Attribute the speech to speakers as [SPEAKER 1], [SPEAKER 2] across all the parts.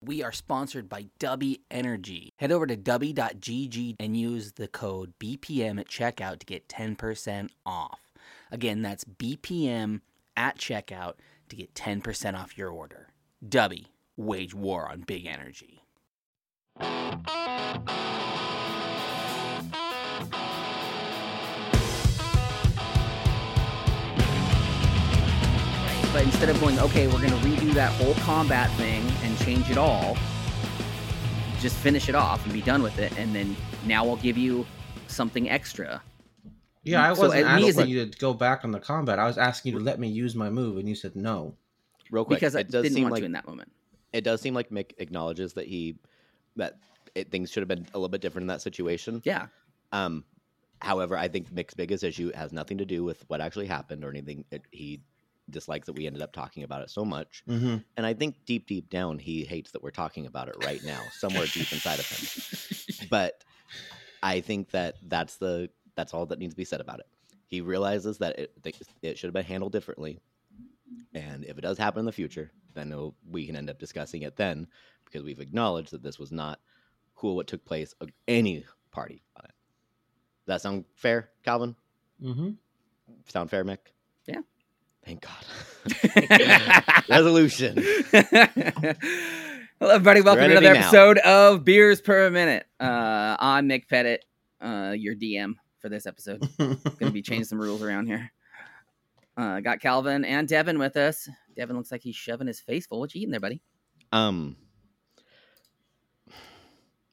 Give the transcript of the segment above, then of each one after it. [SPEAKER 1] We are sponsored by Dubby Energy. Head over to dubby.gg and use the code BPM at checkout to get 10% off. Again, that's BPM at checkout to get 10% off your order. Dubby, wage war on big energy. But instead of going, okay, we're going to redo that whole combat thing and change it all, just finish it off and be done with it. And then now I'll give you something extra.
[SPEAKER 2] Yeah, I
[SPEAKER 1] So
[SPEAKER 2] wasn't
[SPEAKER 1] at least
[SPEAKER 2] asking
[SPEAKER 1] it-
[SPEAKER 2] you to go back on the combat. I was asking you to let me use my move, and you said no.
[SPEAKER 3] Real quick,
[SPEAKER 1] because I
[SPEAKER 3] it does
[SPEAKER 1] didn't
[SPEAKER 3] seem
[SPEAKER 1] want
[SPEAKER 3] like
[SPEAKER 1] to in that moment.
[SPEAKER 3] it does seem like Mick acknowledges that he that it, things should have been a little bit different in that situation.
[SPEAKER 1] Yeah.
[SPEAKER 3] Um, however, I think Mick's biggest issue has nothing to do with what actually happened or anything. It, he dislikes that we ended up talking about it so much,
[SPEAKER 2] Mm-hmm.
[SPEAKER 3] and I think deep, deep down, he hates that we're talking about it right now, somewhere deep inside of him. But I think that that's the that's all that needs to be said about it. He realizes that it that it should have been handled differently, and if it does happen in the future, then it'll- we can end up discussing it then because we've acknowledged that this was not cool what took place of any party on it. Does that sound fair, Calvin?
[SPEAKER 2] Mm-hmm.
[SPEAKER 3] Sound fair, Mick?
[SPEAKER 1] Yeah.
[SPEAKER 3] Thank God. Resolution.
[SPEAKER 1] Hello, everybody. Welcome to
[SPEAKER 3] Serenity
[SPEAKER 1] another
[SPEAKER 3] now.
[SPEAKER 1] episode of Beers Per Minute. Uh, I'm Nick Pettit, uh, your DM for this episode.
[SPEAKER 2] Mm-hmm.
[SPEAKER 1] Going to be changing some rules around here. Uh, got Calvin and Devin with us. Devin looks like he's shoving his face full. What you eating there, buddy?
[SPEAKER 3] Um,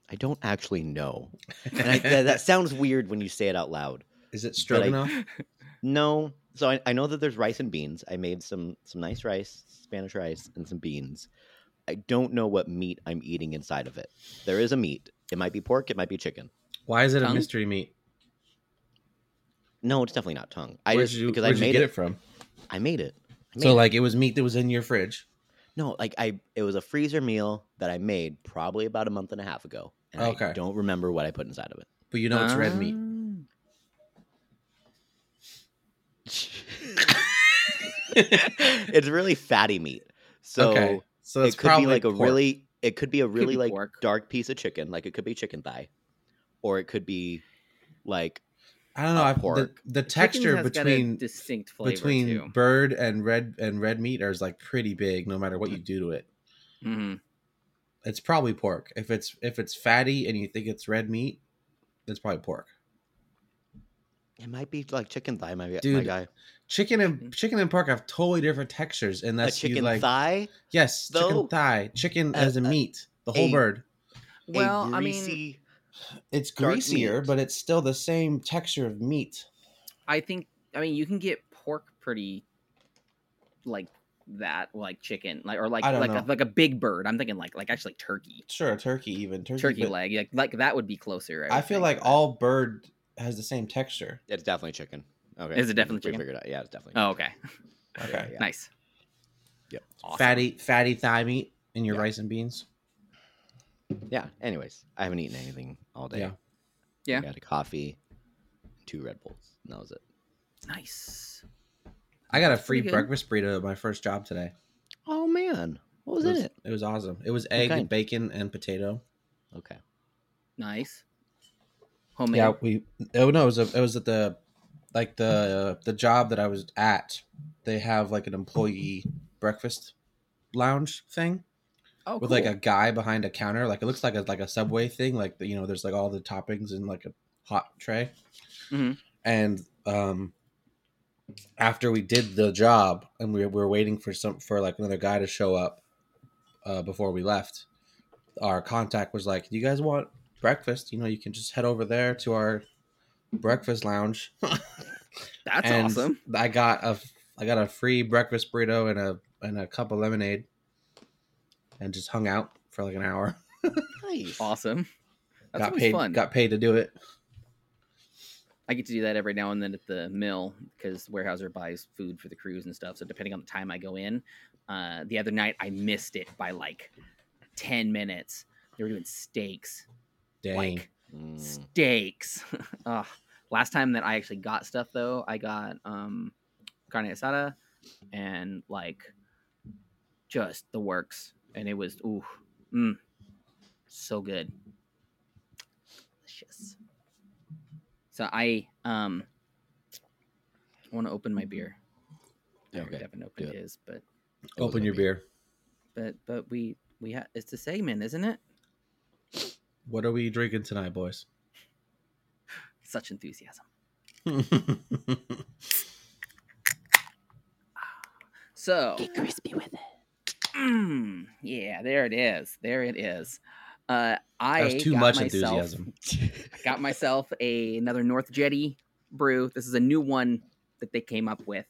[SPEAKER 3] I don't actually know, and I, that, that sounds weird when you say it out loud.
[SPEAKER 2] Is it stroganoff?
[SPEAKER 3] No, so I, I know that there's rice and beans. I made some some nice rice, Spanish rice, and some beans. I don't know what meat I'm eating inside of it. There is a meat. It might be pork. It might be chicken.
[SPEAKER 2] Why is it a
[SPEAKER 1] Tongue?
[SPEAKER 2] mystery meat?
[SPEAKER 3] No, it's definitely not tongue. I
[SPEAKER 2] Where'd
[SPEAKER 3] just
[SPEAKER 2] you,
[SPEAKER 3] because I
[SPEAKER 2] where'd you
[SPEAKER 3] made
[SPEAKER 2] get
[SPEAKER 3] it,
[SPEAKER 2] it, from?
[SPEAKER 3] I made it. I made
[SPEAKER 2] So
[SPEAKER 3] it.
[SPEAKER 2] like it was meat that was in your fridge.
[SPEAKER 3] No, like I it was a freezer meal that I made probably about a month and a half ago. And I
[SPEAKER 2] Okay.
[SPEAKER 3] don't remember what I put inside of
[SPEAKER 2] But you know it's
[SPEAKER 3] Ah.
[SPEAKER 2] red meat.
[SPEAKER 1] Um,
[SPEAKER 3] it. it's really fatty meat. So
[SPEAKER 2] okay. So
[SPEAKER 3] it
[SPEAKER 2] it's
[SPEAKER 3] could
[SPEAKER 2] probably
[SPEAKER 3] be like a
[SPEAKER 2] pork.
[SPEAKER 3] really it could be a really
[SPEAKER 1] be
[SPEAKER 3] like
[SPEAKER 1] pork.
[SPEAKER 3] dark piece of chicken, like it could be chicken thigh. Or it could be like
[SPEAKER 2] I don't know.
[SPEAKER 3] uh,
[SPEAKER 2] I, the,
[SPEAKER 3] pork.
[SPEAKER 2] the
[SPEAKER 1] Chicken
[SPEAKER 2] texture
[SPEAKER 1] has got a
[SPEAKER 2] between
[SPEAKER 1] distinct flavor
[SPEAKER 2] between
[SPEAKER 1] too.
[SPEAKER 2] bird and red and red meat is like pretty big, no matter what you do to it.
[SPEAKER 1] Mhm.
[SPEAKER 2] It's probably pork. If it's if it's fatty and you think it's red meat, it's probably pork.
[SPEAKER 3] it might be like chicken thigh, my, my
[SPEAKER 2] Dude,
[SPEAKER 3] guy.
[SPEAKER 2] Chicken and
[SPEAKER 1] Mhm.
[SPEAKER 2] chicken and pork have totally different textures, and
[SPEAKER 3] Mm-hmm. A
[SPEAKER 2] that's
[SPEAKER 3] chicken
[SPEAKER 2] you like
[SPEAKER 3] thigh,
[SPEAKER 2] yes,
[SPEAKER 3] though,
[SPEAKER 2] chicken thigh, chicken
[SPEAKER 3] a-
[SPEAKER 2] as a
[SPEAKER 3] a-
[SPEAKER 2] meat, the whole
[SPEAKER 3] a-
[SPEAKER 2] bird.
[SPEAKER 3] a
[SPEAKER 1] Well, I mean-
[SPEAKER 3] greasy,
[SPEAKER 2] It's
[SPEAKER 3] dark
[SPEAKER 2] greasier,
[SPEAKER 3] meat.
[SPEAKER 2] but it's still the same texture of meat.
[SPEAKER 1] I think. I mean, you can get pork pretty like that, like chicken, like or like
[SPEAKER 2] I don't
[SPEAKER 1] like a,
[SPEAKER 2] know.
[SPEAKER 1] like a big bird. I'm thinking like like actually turkey.
[SPEAKER 2] Sure, turkey even turkey.
[SPEAKER 1] turkey
[SPEAKER 2] but
[SPEAKER 1] leg. Like, like that would be closer.
[SPEAKER 2] I
[SPEAKER 1] would
[SPEAKER 2] feel
[SPEAKER 1] think.
[SPEAKER 2] like all bird has the same texture.
[SPEAKER 3] It's definitely chicken. Okay.
[SPEAKER 1] Is it definitely
[SPEAKER 3] we
[SPEAKER 1] chicken?
[SPEAKER 3] figured it out. Yeah, it's definitely.
[SPEAKER 1] Oh, okay.
[SPEAKER 3] chicken.
[SPEAKER 2] Okay.
[SPEAKER 3] Yeah, yeah.
[SPEAKER 1] Nice.
[SPEAKER 3] Yep.
[SPEAKER 1] Awesome.
[SPEAKER 2] Fatty fatty thigh meat in your
[SPEAKER 3] Yeah.
[SPEAKER 2] rice and beans.
[SPEAKER 3] Yeah. Anyways, I haven't eaten anything all day.
[SPEAKER 2] Yeah.
[SPEAKER 1] Yeah.
[SPEAKER 3] I had a coffee, two Red Bulls, and that was it.
[SPEAKER 1] Nice.
[SPEAKER 2] I got a
[SPEAKER 1] That's
[SPEAKER 2] free
[SPEAKER 1] pretty good.
[SPEAKER 2] breakfast burrito at my first job today.
[SPEAKER 3] Oh man, what was,
[SPEAKER 2] it was,
[SPEAKER 3] in it?
[SPEAKER 2] was awesome. It was egg,
[SPEAKER 3] kind?
[SPEAKER 2] bacon, and potato.
[SPEAKER 3] Okay.
[SPEAKER 1] Nice. Homemade.
[SPEAKER 2] Yeah, we. Oh no, it was a, it was at the like the the job that I was at. They have like an employee breakfast lounge thing
[SPEAKER 1] oh,
[SPEAKER 2] with like a guy behind a counter. Like it looks like a like a subway thing. Like you know, there's like all the toppings in like a hot tray.
[SPEAKER 1] Mhm.
[SPEAKER 2] And um, after we did the job, and we, were- we were waiting for some for like another guy to show up uh, before we left, our contact was like, "Do you guys want breakfast? You know, you can just head over there to our breakfast lounge."
[SPEAKER 1] That's
[SPEAKER 2] and
[SPEAKER 1] awesome.
[SPEAKER 2] I got a I got a free breakfast burrito and a and a cup of lemonade, and just hung out for like an hour.
[SPEAKER 3] Nice.
[SPEAKER 1] Awesome. That's
[SPEAKER 2] got
[SPEAKER 1] always
[SPEAKER 2] paid.
[SPEAKER 1] fun.
[SPEAKER 2] Got paid to do it.
[SPEAKER 1] I get to do that every now and then at the mill because Warehouser buys food for the crews and stuff. So depending on the time I go in, uh, the other night I missed it by like ten minutes. They were doing steaks,
[SPEAKER 2] Dang.
[SPEAKER 1] like
[SPEAKER 3] Mm,
[SPEAKER 1] steaks. Ugh. Last time that I actually got stuff though, I got um carne asada and like just the works, and it was ooh, Mm. So good. Delicious. So I um want to open my beer. I already
[SPEAKER 3] Okay,
[SPEAKER 1] haven't opened
[SPEAKER 3] do
[SPEAKER 1] his, but
[SPEAKER 3] It was
[SPEAKER 2] Open your
[SPEAKER 3] open.
[SPEAKER 2] beer.
[SPEAKER 1] but but we we ha- it's a segment, isn't it?
[SPEAKER 2] What are we drinking tonight, boys?
[SPEAKER 1] Such enthusiasm. So
[SPEAKER 4] Get crispy with it.
[SPEAKER 1] Mm, yeah, there it is. There it is. Uh, I
[SPEAKER 2] That was too
[SPEAKER 1] got
[SPEAKER 2] much
[SPEAKER 1] myself,
[SPEAKER 2] enthusiasm.
[SPEAKER 1] I got myself a, another North Jetty brew. This is a new one that they came up with.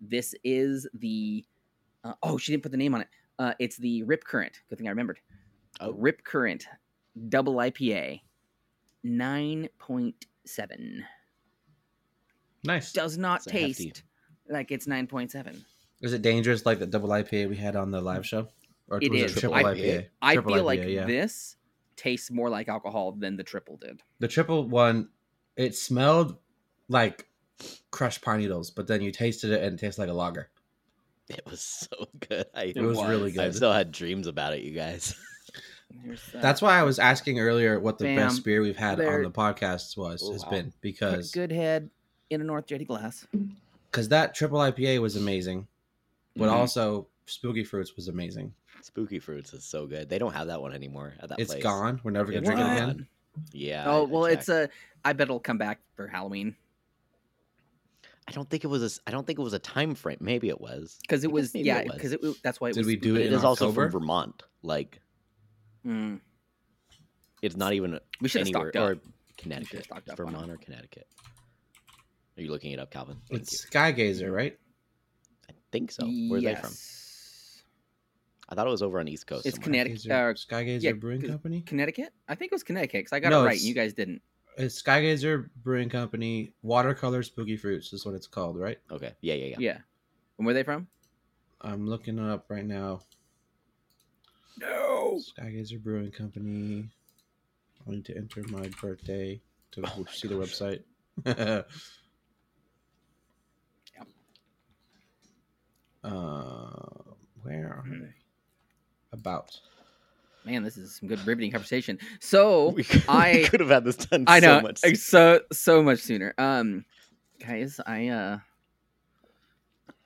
[SPEAKER 1] This is the. Uh, oh, she didn't put the name on it. Uh, it's the Rip Current. Good thing I remembered.
[SPEAKER 3] Oh.
[SPEAKER 1] Rip Current, double IPA, nine point seven.
[SPEAKER 2] Nice.
[SPEAKER 1] Does not
[SPEAKER 3] It's a
[SPEAKER 1] taste
[SPEAKER 3] hefty-
[SPEAKER 1] like it's nine point seven.
[SPEAKER 2] Is it dangerous like the double IPA we had on the live show? Or
[SPEAKER 1] It
[SPEAKER 2] was
[SPEAKER 1] is.
[SPEAKER 2] it triple
[SPEAKER 3] I-
[SPEAKER 2] IPA?
[SPEAKER 1] I
[SPEAKER 2] Triple
[SPEAKER 1] feel
[SPEAKER 2] IPA,
[SPEAKER 1] like
[SPEAKER 2] yeah.
[SPEAKER 1] this tastes more like alcohol than the triple did.
[SPEAKER 2] the triple one, it smelled like crushed pine needles, but then you tasted it and it tastes like a lager.
[SPEAKER 3] It was so good. I,
[SPEAKER 2] It was really
[SPEAKER 3] I
[SPEAKER 2] good.
[SPEAKER 3] still had dreams about it, you guys.
[SPEAKER 1] Here's that.
[SPEAKER 2] That's why I was asking earlier what the
[SPEAKER 1] Bam.
[SPEAKER 2] best beer we've had
[SPEAKER 1] There-
[SPEAKER 2] on the podcast was
[SPEAKER 3] Oh,
[SPEAKER 2] has
[SPEAKER 3] wow.
[SPEAKER 2] been
[SPEAKER 1] Put
[SPEAKER 2] because
[SPEAKER 1] good head in a North Jetty glass.
[SPEAKER 2] because that triple IPA was amazing, but
[SPEAKER 1] Mhm.
[SPEAKER 2] also Spooky Fruits was amazing.
[SPEAKER 3] Spooky Fruits is so good. They don't have that one anymore at that
[SPEAKER 2] It's
[SPEAKER 3] place.
[SPEAKER 2] gone. We're never gonna
[SPEAKER 3] It's
[SPEAKER 2] drink it
[SPEAKER 3] gone.
[SPEAKER 2] again.
[SPEAKER 3] Yeah.
[SPEAKER 1] oh well, it's a. I bet it'll come back for Halloween
[SPEAKER 3] I don't think it was a. s- I don't think it was a time frame. Maybe it was.
[SPEAKER 1] because it
[SPEAKER 3] I guess
[SPEAKER 1] was
[SPEAKER 3] maybe
[SPEAKER 1] yeah
[SPEAKER 3] it was.
[SPEAKER 1] because it, was that's why it
[SPEAKER 2] Did
[SPEAKER 1] was.
[SPEAKER 2] we do
[SPEAKER 3] But
[SPEAKER 2] it
[SPEAKER 3] it
[SPEAKER 2] in
[SPEAKER 3] is also
[SPEAKER 2] October?
[SPEAKER 3] from Vermont. Like
[SPEAKER 1] Mm.
[SPEAKER 3] it's not even
[SPEAKER 1] We should have
[SPEAKER 3] anywhere
[SPEAKER 1] stocked
[SPEAKER 3] or
[SPEAKER 1] up.
[SPEAKER 3] Connecticut.
[SPEAKER 1] stocked
[SPEAKER 3] It's
[SPEAKER 1] up on it.
[SPEAKER 3] Vermont or Connecticut. Are you looking it up, Calvin? Thank you.
[SPEAKER 2] It's Skygazer, right?
[SPEAKER 3] I think so. Where are they from?
[SPEAKER 1] Yes.
[SPEAKER 3] I thought it was over on East Coast.
[SPEAKER 1] It's
[SPEAKER 3] somewhere.
[SPEAKER 1] Connecticut.
[SPEAKER 2] Gazer-
[SPEAKER 1] uh,
[SPEAKER 2] Skygazer
[SPEAKER 1] yeah,
[SPEAKER 2] Brewing
[SPEAKER 1] 'cause-
[SPEAKER 2] Company.
[SPEAKER 1] Connecticut. I think it was Connecticut because I got
[SPEAKER 2] No,
[SPEAKER 1] it right.
[SPEAKER 2] it's-
[SPEAKER 1] And you guys didn't.
[SPEAKER 2] It's Skygazer Brewing Company. Watercolor Spooky Fruits is what it's called, right?
[SPEAKER 3] Okay. Yeah, yeah, yeah.
[SPEAKER 1] Yeah. And where are they from?
[SPEAKER 2] I'm looking it up right now.
[SPEAKER 1] No.
[SPEAKER 2] Skygazer Brewing Company. I need to enter my birthday to
[SPEAKER 3] Oh my
[SPEAKER 2] see
[SPEAKER 3] gosh.
[SPEAKER 2] the website. uh, where are they? About.
[SPEAKER 1] Mm, Man, this is some good riveting conversation. So
[SPEAKER 3] We could,
[SPEAKER 1] I-
[SPEAKER 3] could have had this done
[SPEAKER 1] I know
[SPEAKER 3] so much.
[SPEAKER 1] uh, so so much sooner. Um, guys, I uh,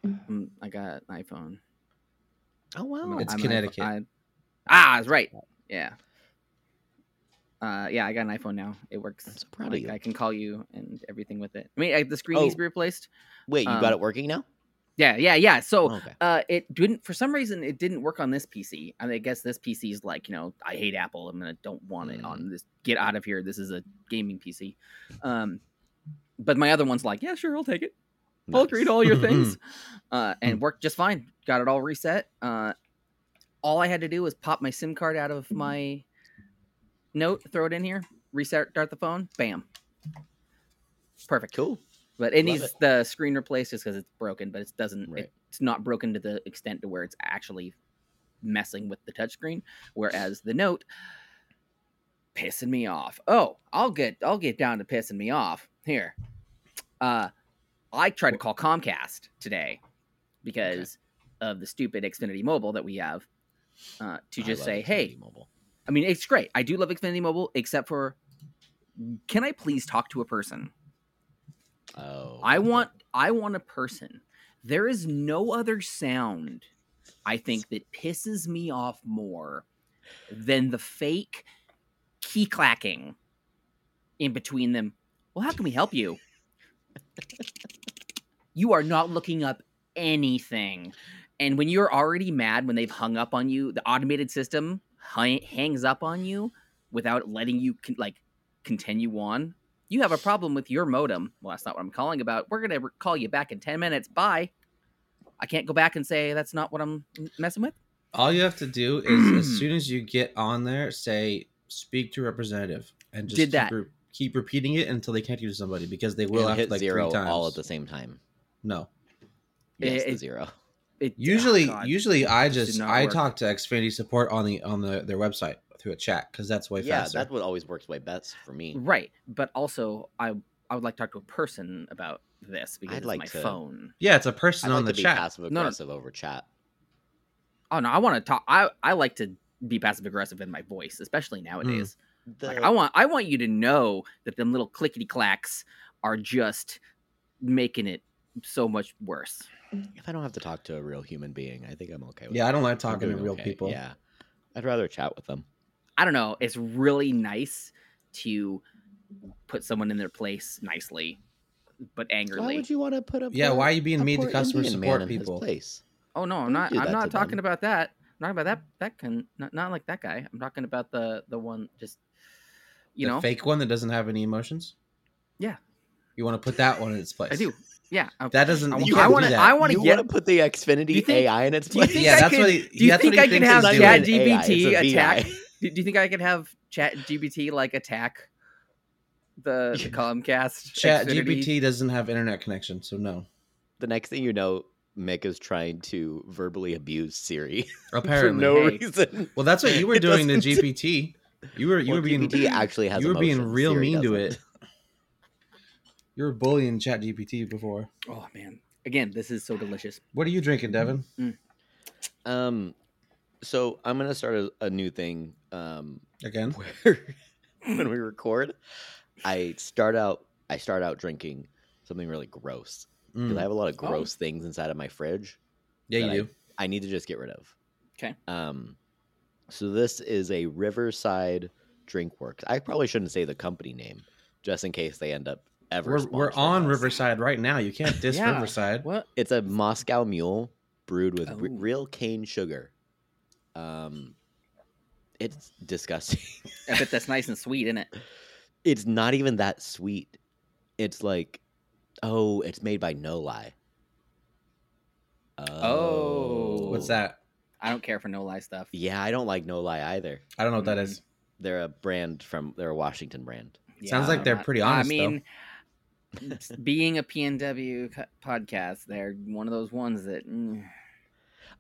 [SPEAKER 1] mm, I got an iPhone.
[SPEAKER 3] Oh
[SPEAKER 1] I'm
[SPEAKER 3] wow.
[SPEAKER 1] an-
[SPEAKER 2] It's
[SPEAKER 1] I'm an iPhone-
[SPEAKER 2] Connecticut.
[SPEAKER 1] I- ah, that's right. Yeah. Uh, yeah, I got an iPhone now. It works.
[SPEAKER 3] I'm so proud of
[SPEAKER 1] Like,
[SPEAKER 3] you.
[SPEAKER 1] I can call you and everything with it. I mean, I, the screen
[SPEAKER 3] Oh.
[SPEAKER 1] needs to be replaced.
[SPEAKER 3] Wait, you
[SPEAKER 1] um,
[SPEAKER 3] got it working now?
[SPEAKER 1] Yeah, yeah, yeah. So,
[SPEAKER 3] Oh, okay.
[SPEAKER 1] uh, it didn't for some reason it didn't work on this PC. I, mean, I guess this PC is like you know I hate Apple. I'm gonna don't want it on this. Get out of here. This is a gaming PC. Um, but my other one's like, yeah, sure, I'll take it. I'll
[SPEAKER 3] Nice.
[SPEAKER 1] agree to all your things, uh, and worked just fine. Got it all reset. Uh, all I had to do was pop my SIM card out of my note, throw it in here, restart start the phone, bam, perfect.
[SPEAKER 3] Cool.
[SPEAKER 1] But it
[SPEAKER 3] Love
[SPEAKER 1] needs the screen replaced just because it's broken, but it doesn't.
[SPEAKER 3] Right.
[SPEAKER 1] It, it's not broken to the extent to where it's actually messing with the touchscreen. Whereas the note pissing me off. Oh, I'll get I'll get down to pissing me off here. Uh, I tried to call Comcast today because of the stupid Xfinity Mobile that we have. Uh, to
[SPEAKER 3] I
[SPEAKER 1] just
[SPEAKER 3] love
[SPEAKER 1] say,
[SPEAKER 3] Xfinity
[SPEAKER 1] hey,
[SPEAKER 3] Mobile.
[SPEAKER 1] I mean, it's great. I do love Xfinity Mobile, except for can I please talk to a person?
[SPEAKER 3] Oh,
[SPEAKER 1] I want I want a person. There is no other sound I think that pisses me off more than the fake key clacking in between them. Well, how can we help you? You are not looking up anything. And when you're already mad when they've hung up on you, the automated system hi- hangs up on you without letting you con- like continue on you have a problem with your modem. Well, that's not what I'm calling about. We're going to call you back in 10 minutes. Bye. I can't go back and say that's not what I'm messing with.
[SPEAKER 2] All you have to do is, as soon as you get on there, say "speak to representative" and just
[SPEAKER 1] Did
[SPEAKER 2] keep,
[SPEAKER 1] that.
[SPEAKER 2] re- keep repeating it until they connect you to somebody because they will
[SPEAKER 3] And
[SPEAKER 2] after
[SPEAKER 3] hit
[SPEAKER 2] like
[SPEAKER 3] zero
[SPEAKER 2] three times.
[SPEAKER 3] all at the same time.
[SPEAKER 2] no,
[SPEAKER 3] Yes,
[SPEAKER 1] it-
[SPEAKER 3] the zero.
[SPEAKER 1] It,
[SPEAKER 2] usually,
[SPEAKER 1] oh, God.
[SPEAKER 2] usually I
[SPEAKER 1] This did
[SPEAKER 2] just
[SPEAKER 1] not
[SPEAKER 2] I
[SPEAKER 1] work.
[SPEAKER 2] talk to Xfinity support on the on the, their website through a chat because that's way
[SPEAKER 3] Yeah,
[SPEAKER 2] faster.
[SPEAKER 3] that's what always works way best for me.
[SPEAKER 1] Right. But also, I, I would like to talk to a person about this because
[SPEAKER 3] I'd
[SPEAKER 1] it's
[SPEAKER 3] like
[SPEAKER 1] my
[SPEAKER 3] to-
[SPEAKER 1] phone.
[SPEAKER 2] yeah, it's a person
[SPEAKER 3] I like
[SPEAKER 2] on the
[SPEAKER 3] to be
[SPEAKER 2] chat.
[SPEAKER 3] passive
[SPEAKER 1] No, no.
[SPEAKER 3] aggressive over chat.
[SPEAKER 1] Oh, no. I want to talk. I, I like to be passive aggressive in my voice, especially nowadays.
[SPEAKER 3] Hmm, The-
[SPEAKER 1] Like I want I want you to know that them little clickety clacks are just making it so much worse.
[SPEAKER 3] if I don't have to talk to a real human being, I think I'm okay with
[SPEAKER 2] Yeah,
[SPEAKER 3] that.
[SPEAKER 2] I don't like
[SPEAKER 3] I'm
[SPEAKER 2] talking to
[SPEAKER 3] doing
[SPEAKER 2] real
[SPEAKER 3] okay.
[SPEAKER 2] people.
[SPEAKER 3] Yeah. I'd rather chat with them.
[SPEAKER 1] I don't know. It's really nice to put someone in their place nicely, but
[SPEAKER 3] Why
[SPEAKER 1] angrily.
[SPEAKER 3] would you want to put up?
[SPEAKER 2] Yeah, why are you being
[SPEAKER 3] a
[SPEAKER 2] mean to
[SPEAKER 3] poor
[SPEAKER 2] customer
[SPEAKER 3] Indian man
[SPEAKER 2] support
[SPEAKER 3] in his
[SPEAKER 2] people?
[SPEAKER 3] Place.
[SPEAKER 1] oh no,
[SPEAKER 3] Don't
[SPEAKER 1] I'm not.
[SPEAKER 3] do
[SPEAKER 1] I'm
[SPEAKER 3] that
[SPEAKER 1] not
[SPEAKER 3] to
[SPEAKER 1] talking
[SPEAKER 3] them.
[SPEAKER 1] about that. I'm not about that. That can not, not like that guy. I'm talking about the the one just you
[SPEAKER 2] The
[SPEAKER 1] know.
[SPEAKER 2] fake one that doesn't have any emotions.
[SPEAKER 1] Yeah.
[SPEAKER 2] you want to put that one in its place.
[SPEAKER 1] I do. Yeah. I-
[SPEAKER 2] That doesn't.
[SPEAKER 1] I w-
[SPEAKER 2] you can't
[SPEAKER 1] I
[SPEAKER 2] do
[SPEAKER 1] want to.
[SPEAKER 2] that.
[SPEAKER 1] I want to
[SPEAKER 3] you
[SPEAKER 1] get.
[SPEAKER 3] want to put the Xfinity
[SPEAKER 1] you think-
[SPEAKER 3] AI in its
[SPEAKER 1] do you
[SPEAKER 3] place?
[SPEAKER 1] think
[SPEAKER 2] yeah,
[SPEAKER 1] I
[SPEAKER 2] that's
[SPEAKER 1] could-
[SPEAKER 2] what. He,
[SPEAKER 1] do you
[SPEAKER 2] that's
[SPEAKER 1] think
[SPEAKER 2] what he
[SPEAKER 1] I can
[SPEAKER 2] thinks
[SPEAKER 1] have
[SPEAKER 2] he's
[SPEAKER 1] Chat
[SPEAKER 2] doing.
[SPEAKER 1] G- GPT attack?
[SPEAKER 3] attack?
[SPEAKER 1] Do, do you think I could have Chat GBT like attack the, the Comcast?
[SPEAKER 2] Chat
[SPEAKER 1] Xfinity?
[SPEAKER 2] GPT doesn't have internet connection, so no.
[SPEAKER 3] The next thing you know, Mick is trying to verbally abuse Siri for
[SPEAKER 2] Apparently,
[SPEAKER 3] no
[SPEAKER 1] Hey.
[SPEAKER 3] reason.
[SPEAKER 2] well, that's what you were
[SPEAKER 3] It
[SPEAKER 2] doing to
[SPEAKER 3] doesn't-
[SPEAKER 2] GPT. You were you were
[SPEAKER 3] Well,
[SPEAKER 2] being
[SPEAKER 3] GPT actually has
[SPEAKER 2] you were being
[SPEAKER 3] emotions.
[SPEAKER 2] real
[SPEAKER 3] Siri
[SPEAKER 2] mean to
[SPEAKER 3] doesn't.
[SPEAKER 2] it. You were bullying Chat GPT before.
[SPEAKER 1] Oh man. Again, this is so delicious.
[SPEAKER 2] What are you drinking,
[SPEAKER 3] Mm-hmm.
[SPEAKER 2] Devin?
[SPEAKER 3] Um, so I'm gonna start a, a new thing. Um,
[SPEAKER 2] Again,
[SPEAKER 3] where when we record, I start out I start out drinking something really gross because
[SPEAKER 2] Mm.
[SPEAKER 3] I have a lot of gross things inside of my fridge.
[SPEAKER 2] yeah,
[SPEAKER 3] that
[SPEAKER 2] you do.
[SPEAKER 3] I need to just get rid of.
[SPEAKER 1] 'Kay.
[SPEAKER 3] Um, so this is a Riverside Drink Works. I probably shouldn't say the company name, just in case they end up ever.
[SPEAKER 2] We're, we're
[SPEAKER 3] sponsoring
[SPEAKER 2] on
[SPEAKER 3] us.
[SPEAKER 2] Riverside right now. You can't diss
[SPEAKER 1] Yeah.
[SPEAKER 2] Riverside.
[SPEAKER 1] What?
[SPEAKER 3] It's a Moscow Mule brewed with r-
[SPEAKER 1] Oh.
[SPEAKER 3] real cane sugar. Um, it's disgusting.
[SPEAKER 1] I bet that's nice and sweet, isn't it?
[SPEAKER 3] it's not even that sweet. It's like, oh, it's made by No Lie.
[SPEAKER 1] Oh.
[SPEAKER 2] What's that?
[SPEAKER 1] I don't care for no lie stuff.
[SPEAKER 3] Yeah, I don't like No Lie either.
[SPEAKER 2] I don't know what that is.
[SPEAKER 3] They're a brand from they're a Washington brand.
[SPEAKER 2] Sounds like
[SPEAKER 1] I'm
[SPEAKER 2] they're
[SPEAKER 1] not-
[SPEAKER 2] pretty honest,
[SPEAKER 1] I
[SPEAKER 2] though.
[SPEAKER 1] mean, being a PNW co- podcast, they're one of those ones that mm,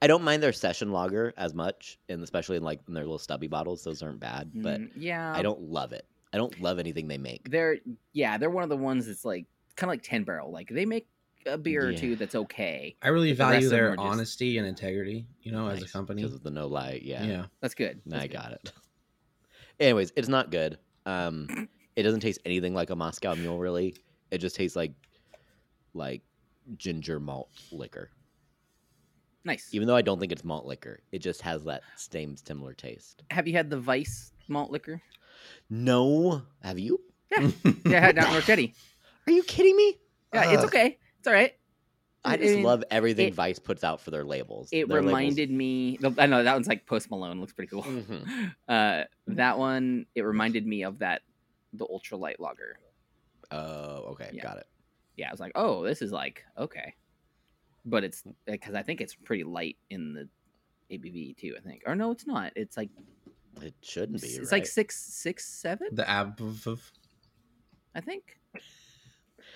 [SPEAKER 3] I don't mind their session lager as much, and especially in like in their little stubby bottles. Those aren't bad, but
[SPEAKER 1] mm, yeah,
[SPEAKER 3] I don't love it. I don't love anything they make.
[SPEAKER 1] They're yeah, they're one of the ones that's like kind of like Ten Barrel. Like they make a beer or
[SPEAKER 3] Yeah.
[SPEAKER 1] two that's okay.
[SPEAKER 2] I really
[SPEAKER 1] But the rest
[SPEAKER 2] value
[SPEAKER 1] of them
[SPEAKER 2] their
[SPEAKER 1] are just-
[SPEAKER 2] honesty and integrity, you know, as a
[SPEAKER 3] Nice,
[SPEAKER 2] company.
[SPEAKER 3] because of the No Lie.
[SPEAKER 2] Yeah.
[SPEAKER 3] Yeah,
[SPEAKER 1] That's good.
[SPEAKER 3] Nah,
[SPEAKER 1] That's
[SPEAKER 3] I
[SPEAKER 1] good.
[SPEAKER 3] got it. Anyways, it's not good. Um, it doesn't taste anything like a Moscow Mule. Really, it just tastes like like ginger malt liquor.
[SPEAKER 1] Nice.
[SPEAKER 3] Even though I don't think it's malt liquor, it just has that same similar taste.
[SPEAKER 1] Have you had the Vice malt liquor?
[SPEAKER 3] No, have you?
[SPEAKER 1] Yeah, I had it down in Rochetti.
[SPEAKER 3] Are you kidding me?
[SPEAKER 1] Yeah, it's
[SPEAKER 3] Ugh.
[SPEAKER 1] okay. It's all right.
[SPEAKER 3] I just
[SPEAKER 1] mean,
[SPEAKER 3] love everything
[SPEAKER 1] it-
[SPEAKER 3] Vice puts out for their labels.
[SPEAKER 1] It
[SPEAKER 3] Their labels-
[SPEAKER 1] reminded me. I know that one's like Post Malone. Looks pretty cool.
[SPEAKER 3] Mhm.
[SPEAKER 1] Uh, that one it reminded me of that the ultralight lager.
[SPEAKER 3] Oh, okay,
[SPEAKER 1] Yeah.
[SPEAKER 3] got it.
[SPEAKER 1] Yeah, I was like, oh, this is like okay, but it's because I think it's pretty light in the ABV too. I think, or no, it's not. It's like
[SPEAKER 3] It shouldn't be.
[SPEAKER 1] it's
[SPEAKER 3] right?
[SPEAKER 1] like six, six, seven.
[SPEAKER 2] The ab of- of-
[SPEAKER 1] I think.